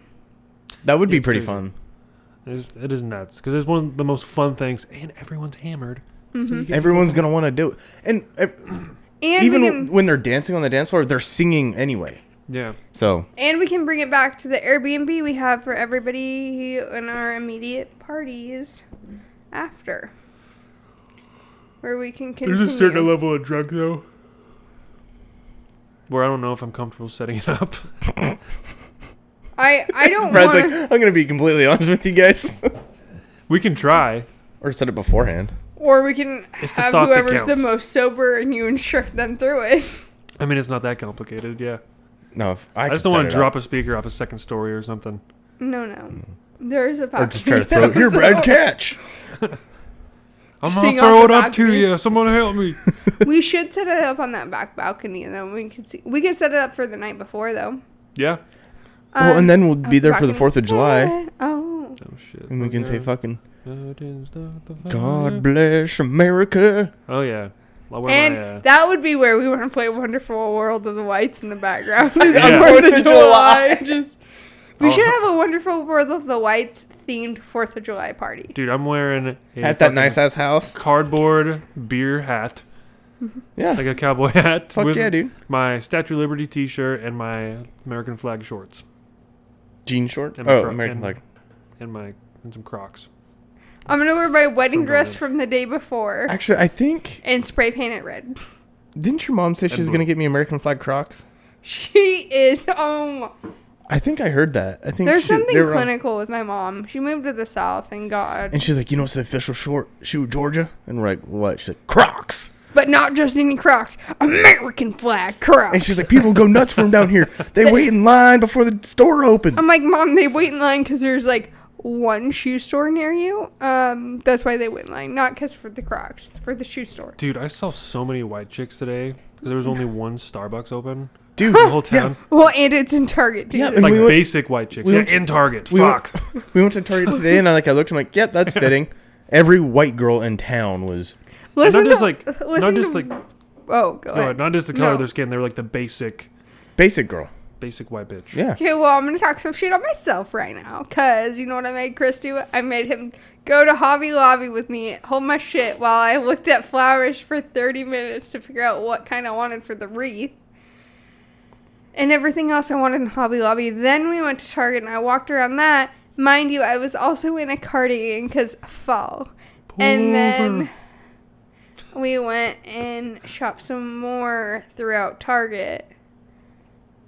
That would be pretty
crazy.
fun.
It's, it is nuts because it's one of the most fun things, and everyone's hammered. so
Mm-hmm.
you get-
Everyone's gonna want to do it, and, ev-
And
even
we can,
when they're dancing on the dance floor, they're singing anyway.
yeah.
So
and we can bring it back to the Airbnb we have for everybody in our immediate parties after, where we can continue.
There's a certain level of drug though, where I don't know if I'm comfortable setting it up.
I I don't
Brad's
want.
like, I'm gonna be completely honest with you guys,
we can try,
or set it beforehand.
or we can
It's the
have
thought that
whoever's the
counts.
most sober and you insure them through it.
I mean, it's not that complicated. Yeah.
No, if I,
I, just
could
don't
set
want
it
to drop
up.
a speaker off a second story or something.
No, no. There is a
Or
podcast.
Hmm. just try to throw it. Here, Brad, catch.
I'm
Sing
gonna
off
throw
the
it up to
balcony.
you. Someone help me.
we should set it up on that back balcony, and then we could see. We could set it up for the night before, though.
Yeah.
well, and then we'll
Um,
be there for the
balcony.
Fourth of July,
Oh.
and we can say fucking
God
God bless America.
Oh yeah. Well, where am
And
I, uh,
that would be where we want to play "Wonderful World of the Whites" in the background. is
Yeah.
on Fourth of
July.
July. Just we
Oh.
should have a "Wonderful World of the Whites" themed Fourth of July party.
dude, I'm wearing a
At that
fucking
nice-ass house
cardboard beer hat.
Yeah.
like a cowboy hat.
Fuck
with
yeah, dude.
My Statue of Liberty T-shirt and my American flag shorts.
Jean short.
And my
Oh,
cro-
American
and-
flag.
And my and some Crocs.
I'm gonna wear my wedding
Something
dress
like-
from the day before
Actually, I think
and spray paint it red.
didn't your mom say she
And
was gonna get me American flag Crocs?
She is um.
I think I heard that. I think
There's
she-
something
they were on-
clinical with my mom. She moved to the south and got,
And she's like, you know, it's the official short shoe of Georgia. And we're like, what? She's like, Crocs.
but not just any Crocs, American flag Crocs.
And she's like, people go nuts for them down here. They wait in line before the store opens.
I'm like, mom, they wait in line because there's like one shoe store near you. Um, that's why they wait in line, not because for the Crocs, for the shoe store.
Dude, I saw so many white chicks today. 'cause There was only one Starbucks open.
Dude,
the whole town.
Well, and it's in Target, dude.
Yeah,
Like
we went-
basic white chicks.
we
yeah,
went to-
in Target.
we went-
Fuck.
we went to Target today, and I like, I looked. I'm like, yeah, that's fitting. Every white girl in town was.
Listen
not just
to-
like not
listen
just
to-
like
Oh, go
no,
ahead.
not just the color
No.
of their skin. They're like the basic,
basic girl,
basic white bitch.
Yeah.
Okay, well, I'm gonna talk some shit on myself right now, cause you know what I made Chris do? I made him go to Hobby Lobby with me, hold my shit while I looked at flowers for 30 minutes to figure out what kind I wanted for the wreath and everything else I wanted in Hobby Lobby. Then we went to Target and I walked around that. Mind you, I was also in a cardigan cause fall, and then we went and shopped some more throughout Target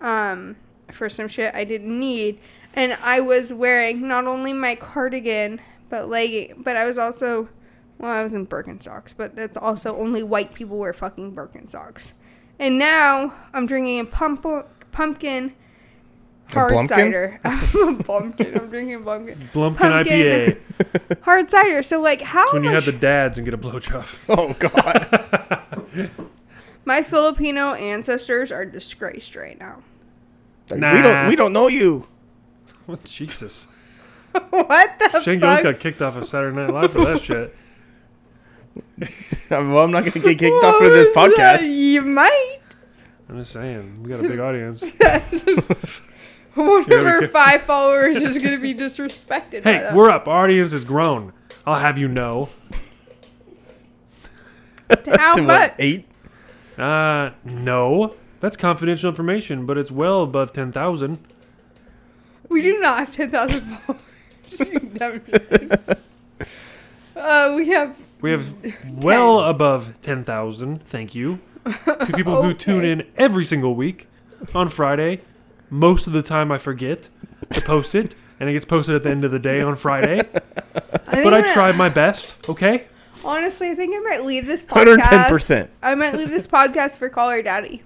um, for some shit I didn't need, and I was wearing not only my cardigan but legging, but I was also, well, I was in Birkenstocks, but that's also only white people wear fucking Birkenstocks. And now I'm drinking a pump- pumpkin hard
blumpkin?
cider. I'm a pumpkin. I'm drinking pumpkin.
Blumpkin IPA.
Hard cider. So like, how
It's when you
much
have the dads and get a blowjob.
Oh
god.
my Filipino ancestors are disgraced right now.
nah.
We don't. We don't know you.
What Jesus.
what the
Shane Gillis
fuck?
got kicked off of Saturday Night Live for that shit.
well, I'm not gonna get kicked off of this podcast.
You might.
I'm just saying, we got a big audience.
One
Yeah,
of
we
our
could-
five followers is going to be disrespected. by
hey,
that.
we're up. Our audience has grown. I'll have you know.
How To what, much?
eight?
Uh, no. That's confidential information, but it's well above ten thousand.
We do not have 10,000 followers. You dumb shit. uh, we have.
We have well above 10,000. Thank you. To people who tune in every single week on Friday. Most of the time, I forget to post it, and it gets posted at the end of the day on Friday.
think
but
I'm
I
gonna-
tried my best, okay?
Honestly, I think I might leave this podcast.
110%.
I might leave this podcast for Caller Daddy.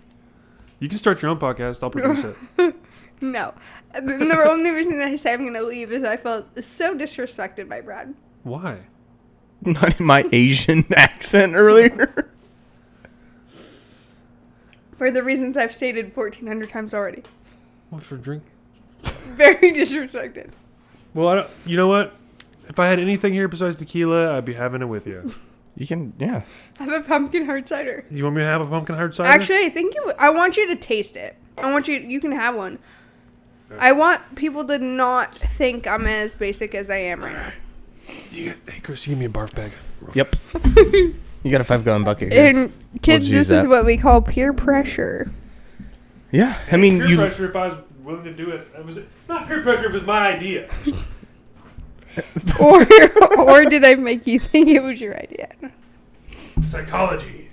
You can start your own podcast, I'll produce it.
No. And the only reason that I say I'm going to leave is I felt so disrespected by Brad.
Why?
Not in my Asian accent earlier.
For the reasons I've stated 1,400 times already.
What for drink?
Very disrespected.
Well, I don't, you know what? If I had anything here besides tequila, I'd be having it with you.
You can, yeah.
Have a pumpkin hard cider.
You want me to have a pumpkin hard cider?
Actually, I think you. I want you to taste it. I want you. You can have one. I want people to not think I'm as basic as I am right now.
You- hey, Chris, you give me a barf bag.
Yep. you got a five gallon bucket here.
And kids,
We'll use
this is
that.
what we call peer pressure.
Yeah, I mean,
peer
you.
pressure if I was willing to do it. It was not peer pressure if it was my idea.
or or did I make you think it was your idea?
Psychology.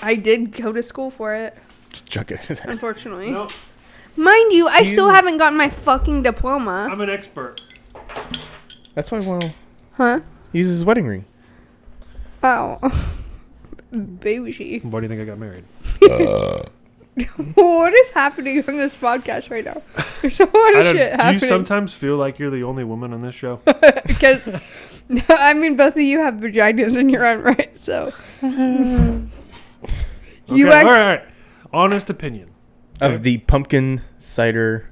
I did go to school for it,
Just chuck it.
unfortunately.
Nope.
Mind you, I still
You-
haven't gotten my fucking diploma.
I'm an expert.
That's why Will
Huh?
uses his wedding ring.
Wow. Baby she.
Why do you think I got married?
what is happening on this podcast right now? There's a lot
I
of
don't-
shit
do you
happening.
sometimes feel like you're the only woman on this show?
Because I mean, both of you have vaginas in your own right, so You
okay,
act-
all, right, all right. Honest opinion.
of the pumpkin cider.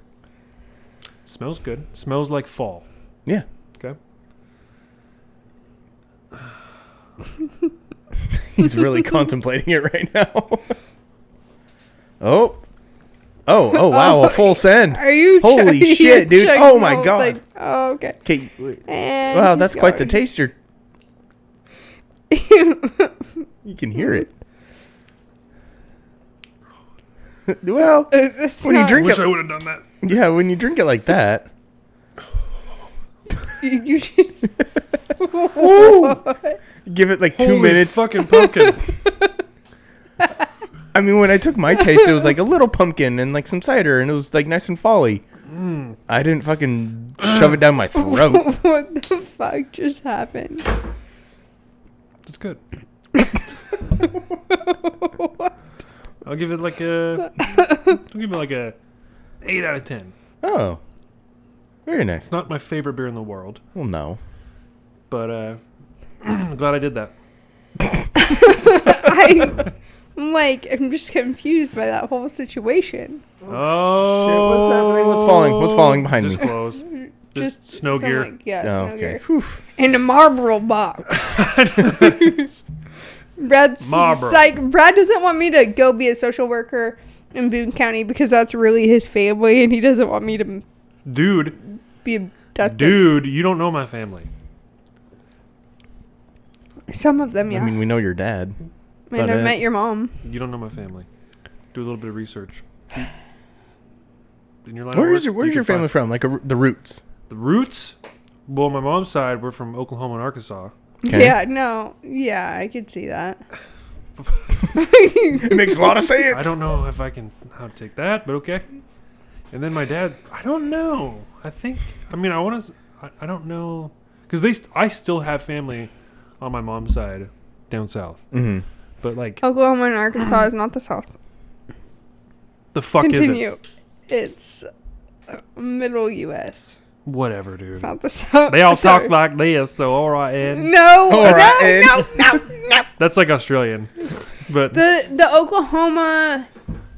Smells good. Smells like fall.
Yeah.
Okay.
He's really contemplating it right now. oh. Oh, oh wow, a full send.
are you?
Holy
you're
shit, dude.
checking
Oh my
the whole
god.
thing. Oh, okay.
Okay.
And
Wow,
he's
that's quite the
going.
taste you're You can hear it. well,
It's
when you
not-
drink
Wish
it
I would have done that.
Yeah, when you drink it like that.
You should.
Give it like two
Holy
minutes.
Fucking pumpkin.
I mean, when I took my taste, it was like a little pumpkin and like some cider, and it was like nice and folly.
Mm.
I didn't fucking shove it down my throat.
what the fuck just happened?
That's good. I'll give it like a. I'll give it like a eight out of ten.
Oh, very nice.
It's not my favorite beer in the world,
Well, no.
but uh, I'm glad I did that.
I, I'm like, I'm just confused by that whole situation.
Oh,
what's happening? What's falling? What's falling behind me?
just Clothes. Just,
Just
snow
some,
gear.
like, yeah,
Oh,
snow
okay.
gear. In a Marlboro box. Brad's
Marlboro.
like Brad doesn't want me to go be a social worker in Boone County because that's really his family, and he doesn't want me to m-
Dude,
be abducted.
dude, you don't know my family.
Some of them, yeah.
I mean, we know your dad.
and
but,
I
uh,
met your mom.
You don't know my family. Do a little bit of research. In your line of
Where's
work,
your
you
Where's
can
your
find
family from? Like a, the roots.
The roots? Well, my mom's side, we're from Oklahoma and Arkansas.
Okay.
Yeah, no, yeah, I could see that.
It makes a lot of sense.
I don't know if I can how to take that, but okay. And then my dad, I don't know. I think I mean I want to. I, I don't know because they. St- I still have family on my mom's side down south,
Mm-hmm.
but like
Oklahoma and Arkansas is not the South.
the fuck is it?
Continue. It's uh, middle U.S.
Whatever, dude.
It's not the South.
they all
Sorry.
talk like this, so all right, Ed.
No,
All right, Ed.
no, no, no, no.
That's like Australian, but
The the Oklahoma,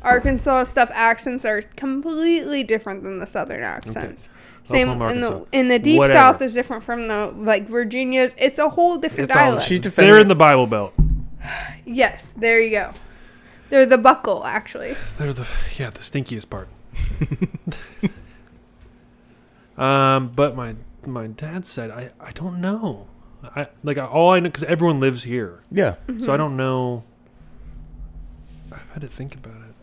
Arkansas stuff accents are completely different than the Southern accents. Same
Oklahoma,
in the
Arkansas.
in the deep
Whatever.
South is different from the like Virginia's. It's a whole different
it's all.
dialect.
She's defending-
they're in the Bible Belt.
yes, there you go. They're the buckle actually.
They're the yeah the stinkiest part. um, but my my dad said I I don't know. I like I, all I know because everyone lives here,
Yeah.
Mm-hmm.
so I don't know. I've had to think about it.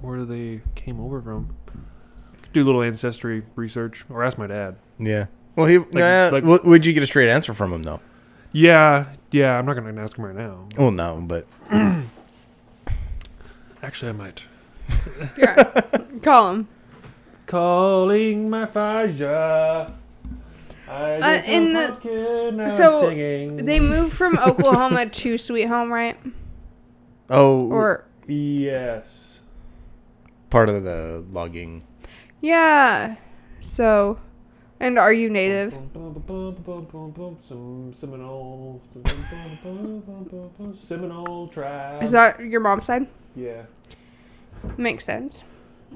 Where they came over from? Could do a little ancestry research or ask my dad.
Yeah. Well, he. nah,
like-
w- would you get a straight answer from him though?
Yeah, yeah. I'm not gonna ask him right now.
Well, no, but
Actually, I might.
Yeah. Call them.
Calling my fire. I
Uh,
just
in
a
the-
pumpkin, I'm
so
singing.
They moved from Oklahoma to Sweet Home, right?
oh,
Or
Yes.
part of the logging.
yeah. So, and are you native?
Some Seminole. Seminole tribe.
Is that your mom's side?
Yeah.
Makes sense.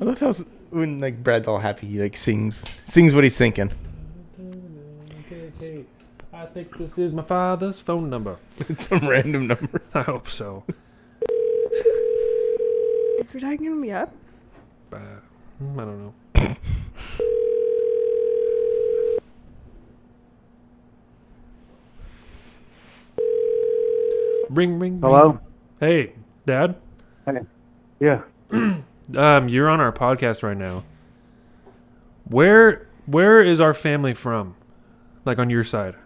I love how s- when like Brad's all happy, he like sings sings what he's thinking.
I think this is my father's phone number.
Some random number.
I hope so.
Is your dad gonna be up?
But, mm, I don't know. Ring, ring, ring.
Hello?
Hey, Dad.
Yeah.
Um, you're on our podcast right now. Where where is our family from? Like on your side,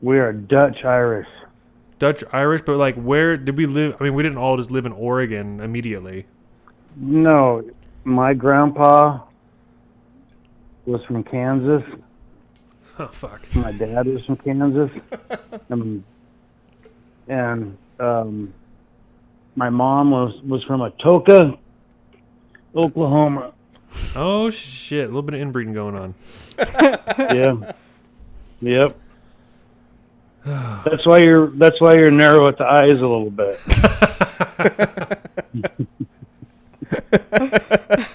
We are Dutch Irish.
Dutch, Irish, but like where did we live? I mean, we didn't all just live in Oregon immediately.
No, my grandpa was from Kansas.
Oh fuck.
My dad was from Kansas. um, and um,
My mom was was from Atoka, Oklahoma.
Oh shit! A little bit of inbreeding going on.
yeah. Yep. That's why you're that's why you're narrow at the eyes a little bit.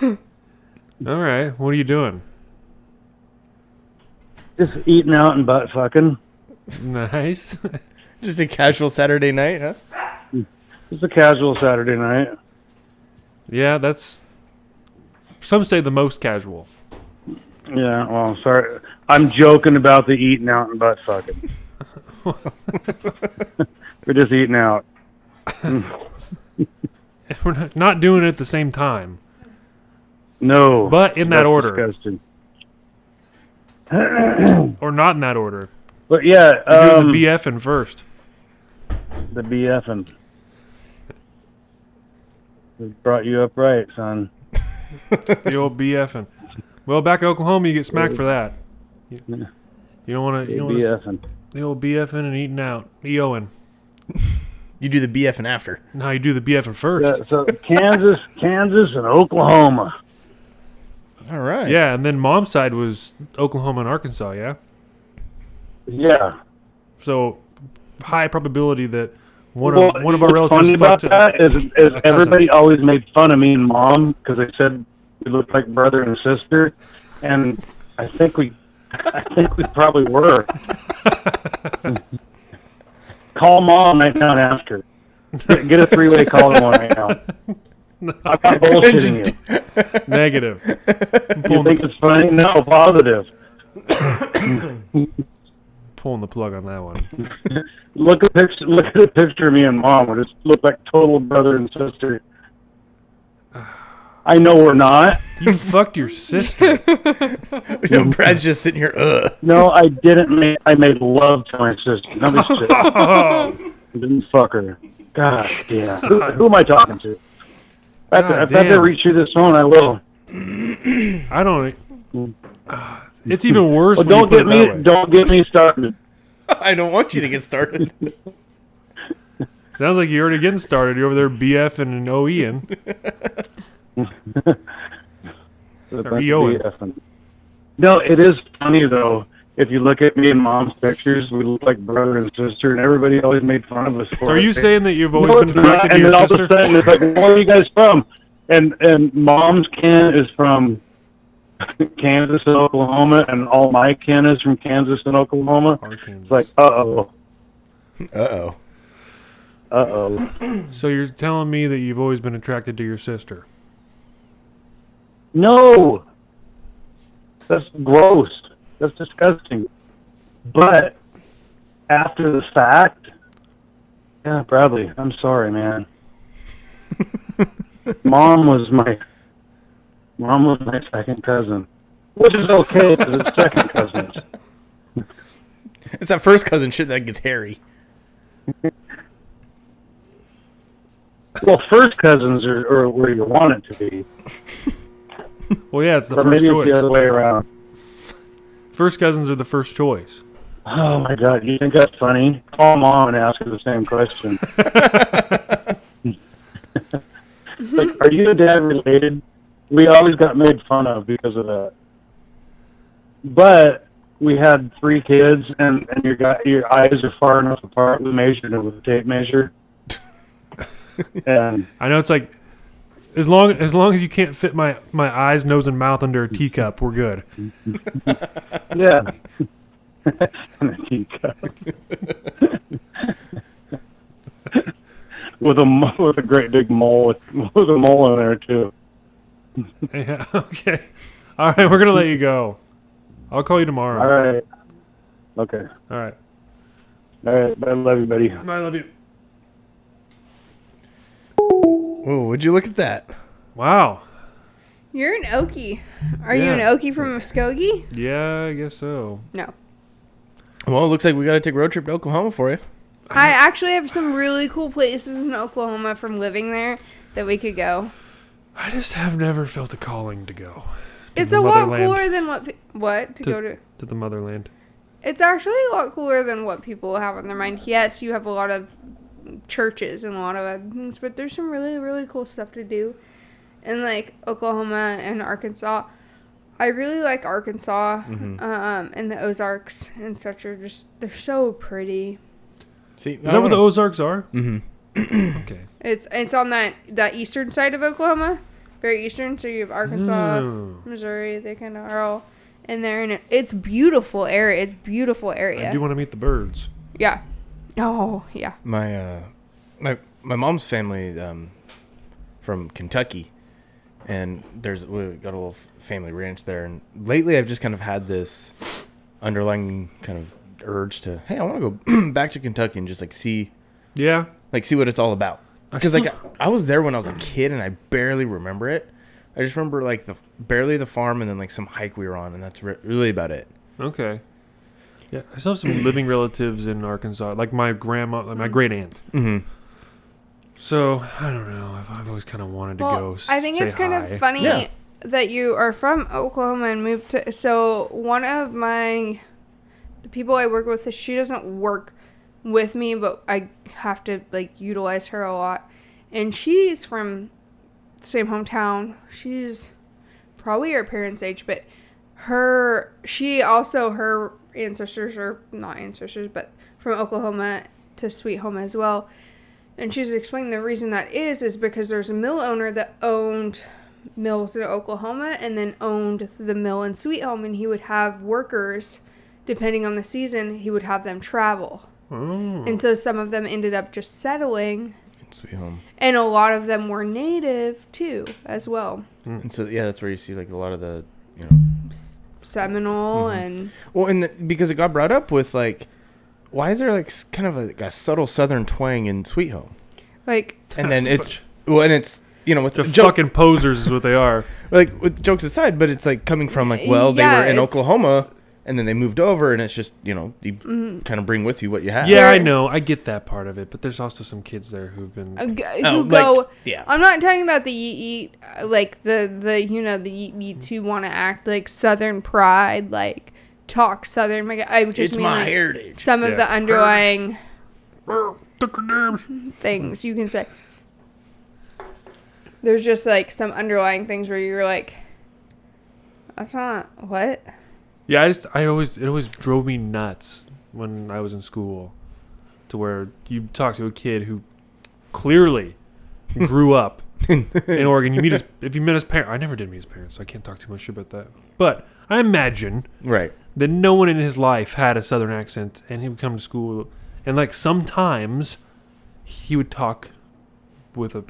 All right, what are you doing?
Just eating out and butt fucking.
Nice.
Just a casual Saturday night, huh?
Just a casual Saturday night.
Yeah, that's some say the most casual.
Yeah, well, sorry. I'm joking about the eating out and butt fucking. We're just eating out.
We're not- not doing it at the same time.
No.
But in that
that's
order.
disgusting.
or not in that order.
But yeah,
You're doing
um,
the BF and first.
The BF and It brought you up right, son.
the old BF and well, back in Oklahoma, you get smacked for that. You, you don't want to. You don't wanna-
BFing.
The old BFing and eating out, E EOing.
You do the BFing after.
No, you do the BFing first.
Yeah, so Kansas, Kansas, and Oklahoma.
All right.
Yeah, and then mom's side was Oklahoma and Arkansas. Yeah.
Yeah.
So high probability that one
Well,
of one of our
what's
relatives
funny about
fucked
that
a-
is,
a
is
cousin.
everybody always made fun of me and mom because they said we looked like brother and sister, and I think we, I think we probably were. call mom right now and ask her. Get, get a three-way call in one right now. I'm not bullshitting you.
Negative.
You think it's funny? No, positive.
Pulling the plug on that one.
Look at picture. Look at a picture of me and mom. We just look like total brother and sister. I know we're not.
You fucked your sister.
no, Brad's just sitting here. Ugh.
No, I didn't. Make, I made love to my sister. No be shit. I didn't fuck her. God damn. Who, who am I talking to? If I have to-
God
if I have to
damn.
reach you this phone, I will.
I don't. e-, It's even worse.
Mm. Well,
when you
don't
put
get
it
me.
that way.
Don't get me started.
I don't want you to get started.
Sounds like you're already getting started. You're over there BF and an OEing. Or EOing.
No, it is funny though. If you look at me and mom's pictures, we look like brother and sister, and everybody always made fun of us. For
So are
it.
you saying that you've always
No,
been
it's not,
attracted to
and
your
then
sister?
All of a sudden, it's like, where are you guys from? And and mom's kin is from Kansas and Oklahoma, and all my kin is from Kansas and Oklahoma. It's like, uh oh,
uh oh,
uh oh.
So you're telling me that you've always been attracted to your sister?
No, that's gross. That's disgusting. But after the fact, yeah, probably. I'm sorry, man. mom was my mom was my second cousin, which is okay because it's second cousins.
It's that first cousin shit that gets hairy.
Well, first cousins are, are where you want it to be,
Well, yeah, it's the
but
first
maybe
choice.
it's the other way around.
First cousins are the first choice.
Oh my god, you think that's funny? Call mom and ask her the same question. like, are you and dad related? We always got made fun of because of that. But we had three kids, and and your got your eyes are far enough apart. We measured it with a tape measure. and
I know it's like as long as long as you can't fit my my eyes, nose, and mouth under a teacup, we're good.
yeah, and a teacup with a mo- with a great big mole with, with a mole in there too.
Yeah. Okay. All right, we're gonna let you go. I'll call you tomorrow.
All right. Okay.
All right.
All right. I love you, buddy.
I love you.
Whoa, would you look at that?
Wow.
You're an Okie. Are you an
Yeah.
Okie from Muskogee?
Yeah, I guess so.
No.
Well, it looks like we got to take a road trip to Oklahoma for you.
I actually have some really cool places in Oklahoma from living there that we could go.
I just have never felt a calling to go. to
It's
the
a lot
motherland,
cooler than what pe- what to,
to,
go to.
to the motherland.
It's actually a lot cooler than what people have on their mind. Yes, you have a lot of churches in a lot of other things, but there's some really, really cool stuff to do in like Oklahoma and Arkansas. I really like Arkansas
Mm-hmm.
Mhm.
um, and the Ozarks and such are just, they're so pretty.
See,
Is that what the Ozarks are?
Mm-hmm.
okay.
It's it's on that that eastern side of Oklahoma, very eastern. So you have Arkansas,
Mm.
Missouri. They kind of are all in there, and it, it's beautiful area. It's beautiful area.
I do want to meet the birds.
yeah. Oh yeah.
my uh, my my mom's family um, from Kentucky, and there's we got a little f- family ranch there. And lately, I've just kind of had this underlying kind of urge to, hey, I want to go back to Kentucky and just like see,
yeah,
like see what it's all about.
I
Because like
still-
I was there when I was a kid, and I barely remember it. I just remember like the barely the farm, and then like some hike we were on, and that's re- really about it.
Okay. Yeah, I still have some living relatives in Arkansas, like my grandma, like my
Mm.
great aunt.
Mhm.
So I don't know. I've, I've always kind of wanted to go.
Well, I think
say
it's kind
hi.
of funny that you are from Oklahoma and moved to. So one of my the people I work with, she doesn't work with me, but I have to like utilize her a lot, and she's from the same hometown. She's probably her parents' age, but her she also her ancestors are not ancestors, but from Oklahoma to Sweet Home as well. And she's explaining the reason that is is because there's a mill owner that owned mills in Oklahoma and then owned the mill in Sweet Home, and he would have workers, depending on the season, he would have them travel.
Oh.
And so some of them ended up just settling,
Sweet home.
and a lot of them were native too, as well,
And so yeah, that's where you see like a lot of the you know
Seminole
Mhm.
and
Well, and the, because it got brought up with like, why is there like s- kind of a, like a subtle Southern twang in Sweet Home?
like.
And then it's well, and it's you know with
They're
joke-
fucking posers, is what they are.
like with jokes aside, but it's like coming from like well
Yeah,
they were in
it's-
Oklahoma and then they moved over and it's just you know you
Mhm.
kind of bring with you what you have.
Yeah, I know. I get that part of it, but there's also some kids there who've been.
Uh, g-
Oh,
who
like-
go?
yeah.
I'm not talking about the yeet yeet, uh, like the the you know the yeet yeets who want to act like Southern pride, like talk Southern. Like, I just
It's
mean
my
like
heritage.
some of
Yeah.
the underlying
Well,
things you can say. There's just like some underlying things where you're like, that's not what.
Yeah, I just I always it always drove me nuts when I was in school, to where you talk to a kid who clearly grew up in Oregon. You meet his if you met his parents. I never did meet his parents, so I can't talk too much about that. But I imagine
right
that no one in his life had a southern accent, and he would come to school, and like sometimes he would talk with a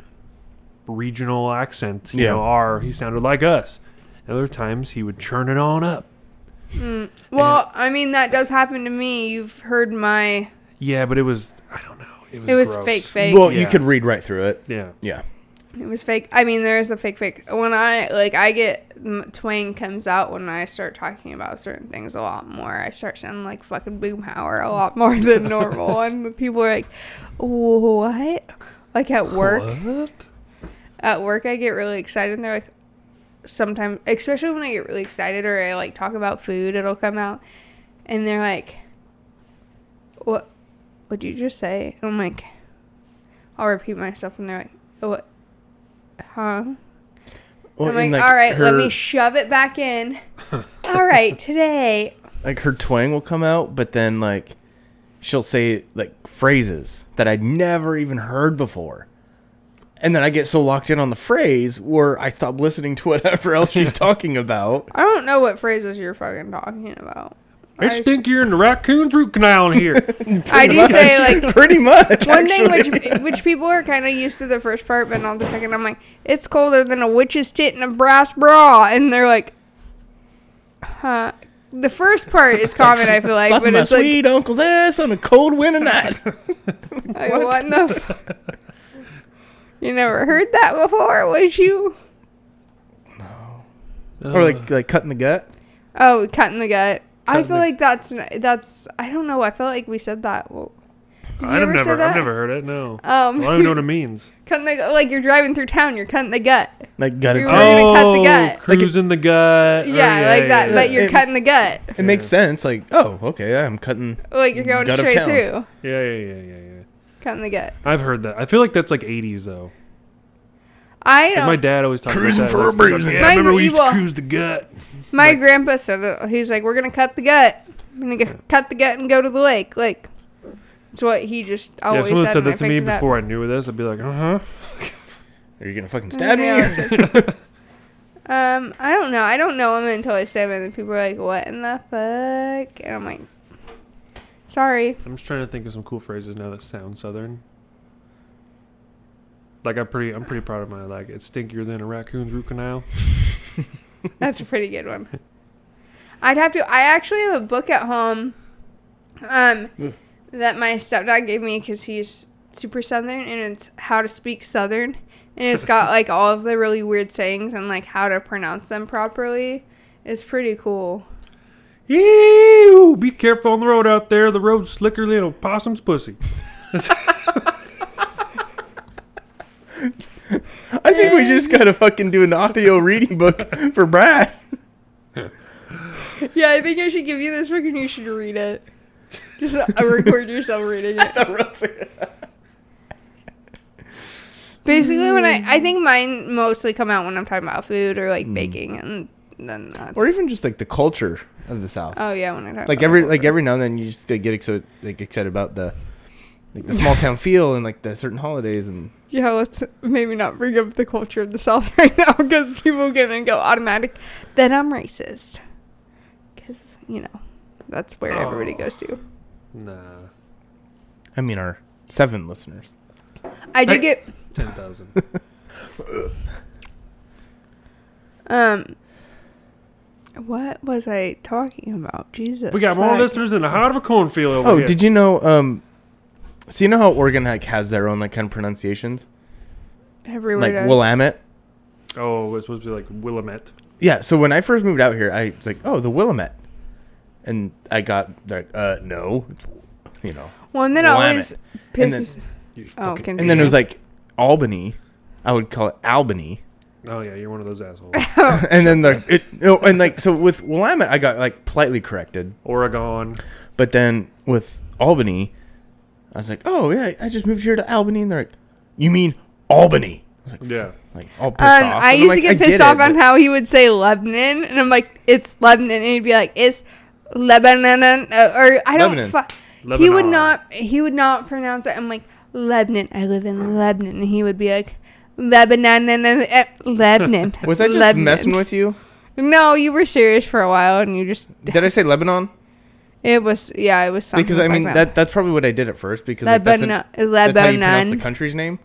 regional accent. You
Yeah.
know, our he sounded like us. Other times he would churn it on up.
Mm. Well, I mean that does happen to me. You've heard my
Yeah, but it was I don't know. It was,
It was
gross.
fake, fake.
Well, you
Yeah.
could read right through it.
Yeah.
Yeah.
It was fake. I mean, there is a fake fake. When I like, I get m- twang comes out when I start talking about certain things a lot more. I start sounding like fucking Boomhauer a lot more than normal, and the people are like, "What?" Like at work.
What?
At work, I get really excited, and they're like, sometimes, especially when I get really excited or I like talk about food, it'll come out, and they're like, "What? What'd you just say?" And I'm like, "I'll repeat myself," and they're like, "What? Huh?"
Well,
I'm like,
and,
all right, let
her-
me shove it back in. all right, today.
like her twang will come out, but then like she'll say like phrases that I'd never even heard before. And then I get so locked in on the phrase where I stop listening to whatever else she's talking about.
I don't know what phrases you're fucking talking about.
I just think you're in the raccoon's root canal in here.
I do say like
pretty much.
One thing which which people are kind of used to the first part, but not the second. I'm like, it's colder than a witch's tit in a brass bra, and they're like, huh. The first part is common, I feel like,
Suck
but
my
it's like,
sweet uncle's ass on a cold winter night.
like, what, in the? F- you never heard that before, was you?
or like like cutting the gut.
Oh, cut in the gut. I
Cut in
feel
the-
like that's n- that's I don't know. I feel like we said that. Well, did you
I've
ever say
never,
that?
I've never heard it. No,
Um,
I don't even know what it means.
Cut in the gu- like you're driving through town. You're cutting the gut.
Like gut.
You were gonna cut the gut.
Oh, cruising the gut. Oh,
Yeah, like that. But you're
It-
cutting the gut.
It makes sense. Like oh okay, I'm cutting.
Like you're going
gut of
straight
town.
through.
Yeah, yeah, yeah, yeah, yeah.
Cut in the gut.
I've heard that. I feel like that's like 80s though.
I
Like,
don't.
My dad always talks
Cruising
about that.
for a
Like, he's like,
bruising.
Yeah,
My
I remember we used to
evil-
cruise the gut.
My grandpa said it. He's like, we're gonna cut the gut. We're gonna get, cut the gut and go to the lake. Like, it's what he just
Yeah, if
always
someone
said.
said
and I
that to me
picked it up.
before I knew this, I'd be like, uh huh.
Are you gonna fucking
stab me? Yeah. Um, I don't know. I don't know him until I say him, and then people are like, "What in the fuck?" And I'm like, "Sorry."
I'm just trying to think of some cool phrases now that sound southern. Like I'm pretty, I'm pretty proud of my like. It's stinkier than a raccoon's root canal.
That's a pretty good one. I'd have to. I actually have a book at home, um,
Ugh.
that my stepdad gave me because he's super southern, and it's how to speak southern, and it's got like all of the really weird sayings and like how to pronounce them properly. It's pretty cool.
Ew! Be careful on the road out there. The road's slicker than a possum's pussy.
I think we just gotta fucking do an audio reading book for Brad.
Yeah, I think I should give you this book and you should read it. Just uh, record yourself reading it. Basically, when I I think mine mostly come out when I'm talking about food or like baking, and then that's
Mm. or even just like the culture of the South.
Oh, yeah, when I talk
like
about
every
the
like every now and then you just like, get excited like excited about the like the small town feel and like the certain holidays and
yeah. Let's maybe not bring up the culture of the South right now because people are gonna go automatic that I'm racist because you know that's where everybody goes to.
Nah,
I mean our seven listeners.
I did get
ten thousand.
um. What was I talking about? Jesus,
we got more
fuck.
listeners than the heart of a cornfield over
oh,
here.
did you know? Um, so you know how Oregon like has their own like kind of pronunciations,
Everywhere
like
does.
Willamette.
Oh, it's supposed to be like Willamette.
Yeah. So when I first moved out here, I was like, oh, the Willamette, and I got like, uh, no, it's, you know.
One that
Willamette.
always
And then-
pisses. oh,
fucking- and then it was
continue.
like Albany. I would call it Albany.
Oh yeah, you're one of those assholes.
and then like it no, and like so with Willamette I got like politely corrected.
Oregon.
But then with Albany, I was like, Oh yeah, I just moved here to Albany and they're like, You mean Albany? I was like,
Yeah.
Like all pissed
Um,
off.
I
And I'm
used
like,
to get
"I
pissed
it,
off on
but
how he would say Lebanon, and I'm like, it's Lebanon, and he'd be like, it's Lebanon, uh, or I don't.
Lebanon.
Fu- he would
Lebanon.
not. He would not pronounce it. I'm like Lebanon. I live in Lebanon, and he would be like Lebanon, uh, Lebanon.
Was I just
Lebanon."
messing with you?
No, you were serious for a while, and you just
Did I say Lebanon?
it was yeah, it was something.
Because I mean
like
that that's probably what I did at first because like, that's, an-
Lebanon-
that's how you pronounce the
Lebanon.
country's name.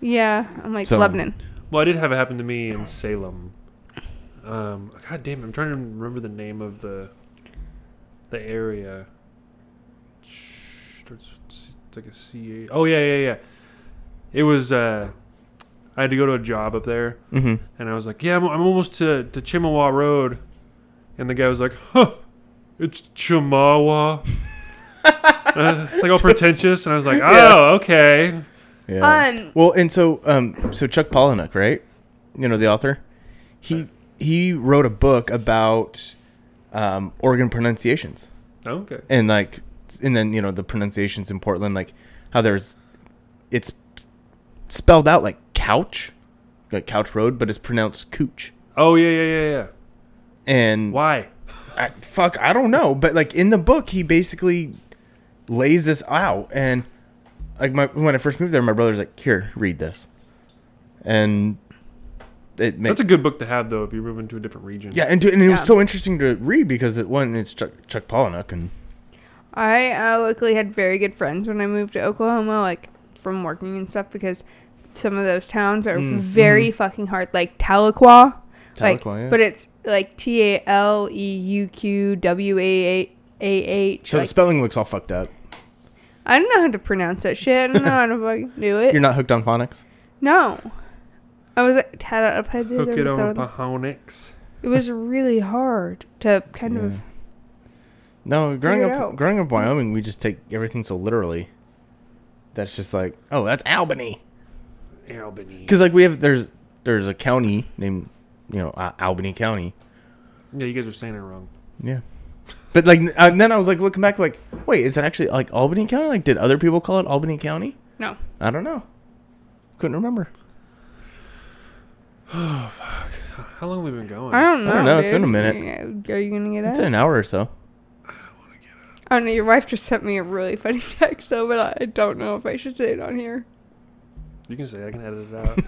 Yeah, I'm like
So-
Lebanon.
Well, I did have it happen to me in Salem. Um, God damn, it, I'm trying to remember the name of the the area. Starts with C- It's like a C. A- Oh yeah, yeah, yeah. It was. Uh, I had to go to a job up there,
Mhm.
and I was like, "Yeah, I'm, I'm almost to to Chippewa Road," and the guy was like, "Huh, it's Chimawa." Uh, it's like all pretentious, and I was like, "Oh,
Yeah.
okay."
Um,
well, and so um, so Chuck Palahniuk, right? You know the author. He he wrote a book about um, Oregon pronunciations.
Okay.
And like, and then you know the pronunciations in Portland, like how there's it's spelled out like couch, like couch road, but it's pronounced cooch.
Oh yeah, yeah, yeah, yeah.
And
why?
I, fuck, I don't know. But like in the book, he basically lays this out, and like my when I first moved there, my brother's like, "Here, read this," and it makes
That's a good book to have though if you're moving to a different region.
yeah, and, to, and it was so interesting to read because it one, it's Chuck, Chuck Palahniuk, and
I uh, luckily had very good friends when I moved to Oklahoma, like from working and stuff, because some of those towns are
Mm.
very fucking hard, like Tahlequah. Like,
Tahlequah, yeah.
But it's like T A L E U Q W A A H.
so the spelling looks all fucked up.
I don't know how to pronounce that shit. I don't know how to fucking do it.
You're not hooked on phonics.
No. I was like, "Tad- I played the
Hook
other
it on
one."
Pahonix.
It was really hard to kind of.
No, growing
Figure it
up,
out.
growing up in Wyoming, we just take everything so literally. That's just like, oh, that's Albany.
Albany.
Because like we have there's there's a county named you know uh, Albany County,
Yeah, you guys are saying it wrong.
Yeah. But uh, like, n- and then I was like looking back, like, wait, is it actually like Albany County? Like, did other people call it Albany County?
No.
I don't know. Couldn't remember.
How long have we been going?
I don't know.
I don't know. It's been a
dude.
minute.
Yeah, Are you gonna get
It's
up?
an hour or so.
I don't know. Your wife just sent me a really funny text though, but I don't know if I should say it on here.
You can say I can edit it out.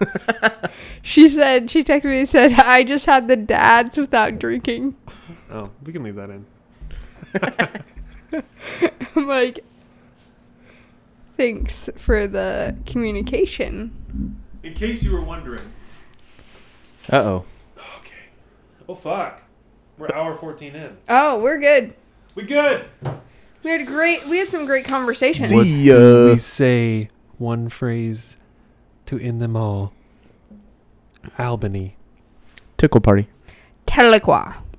She said she texted me and said I just had the dads without drinking.
oh, we can leave that in.
I'm like, thanks for the communication.
In case you were wondering.
Uh oh.
Oh fuck. We're hour 14 in.
Oh, we're good.
We good.
We had a great. We had some great conversations.
What do we say one phrase to end them all? Albany.
Tickle party.
Telequa.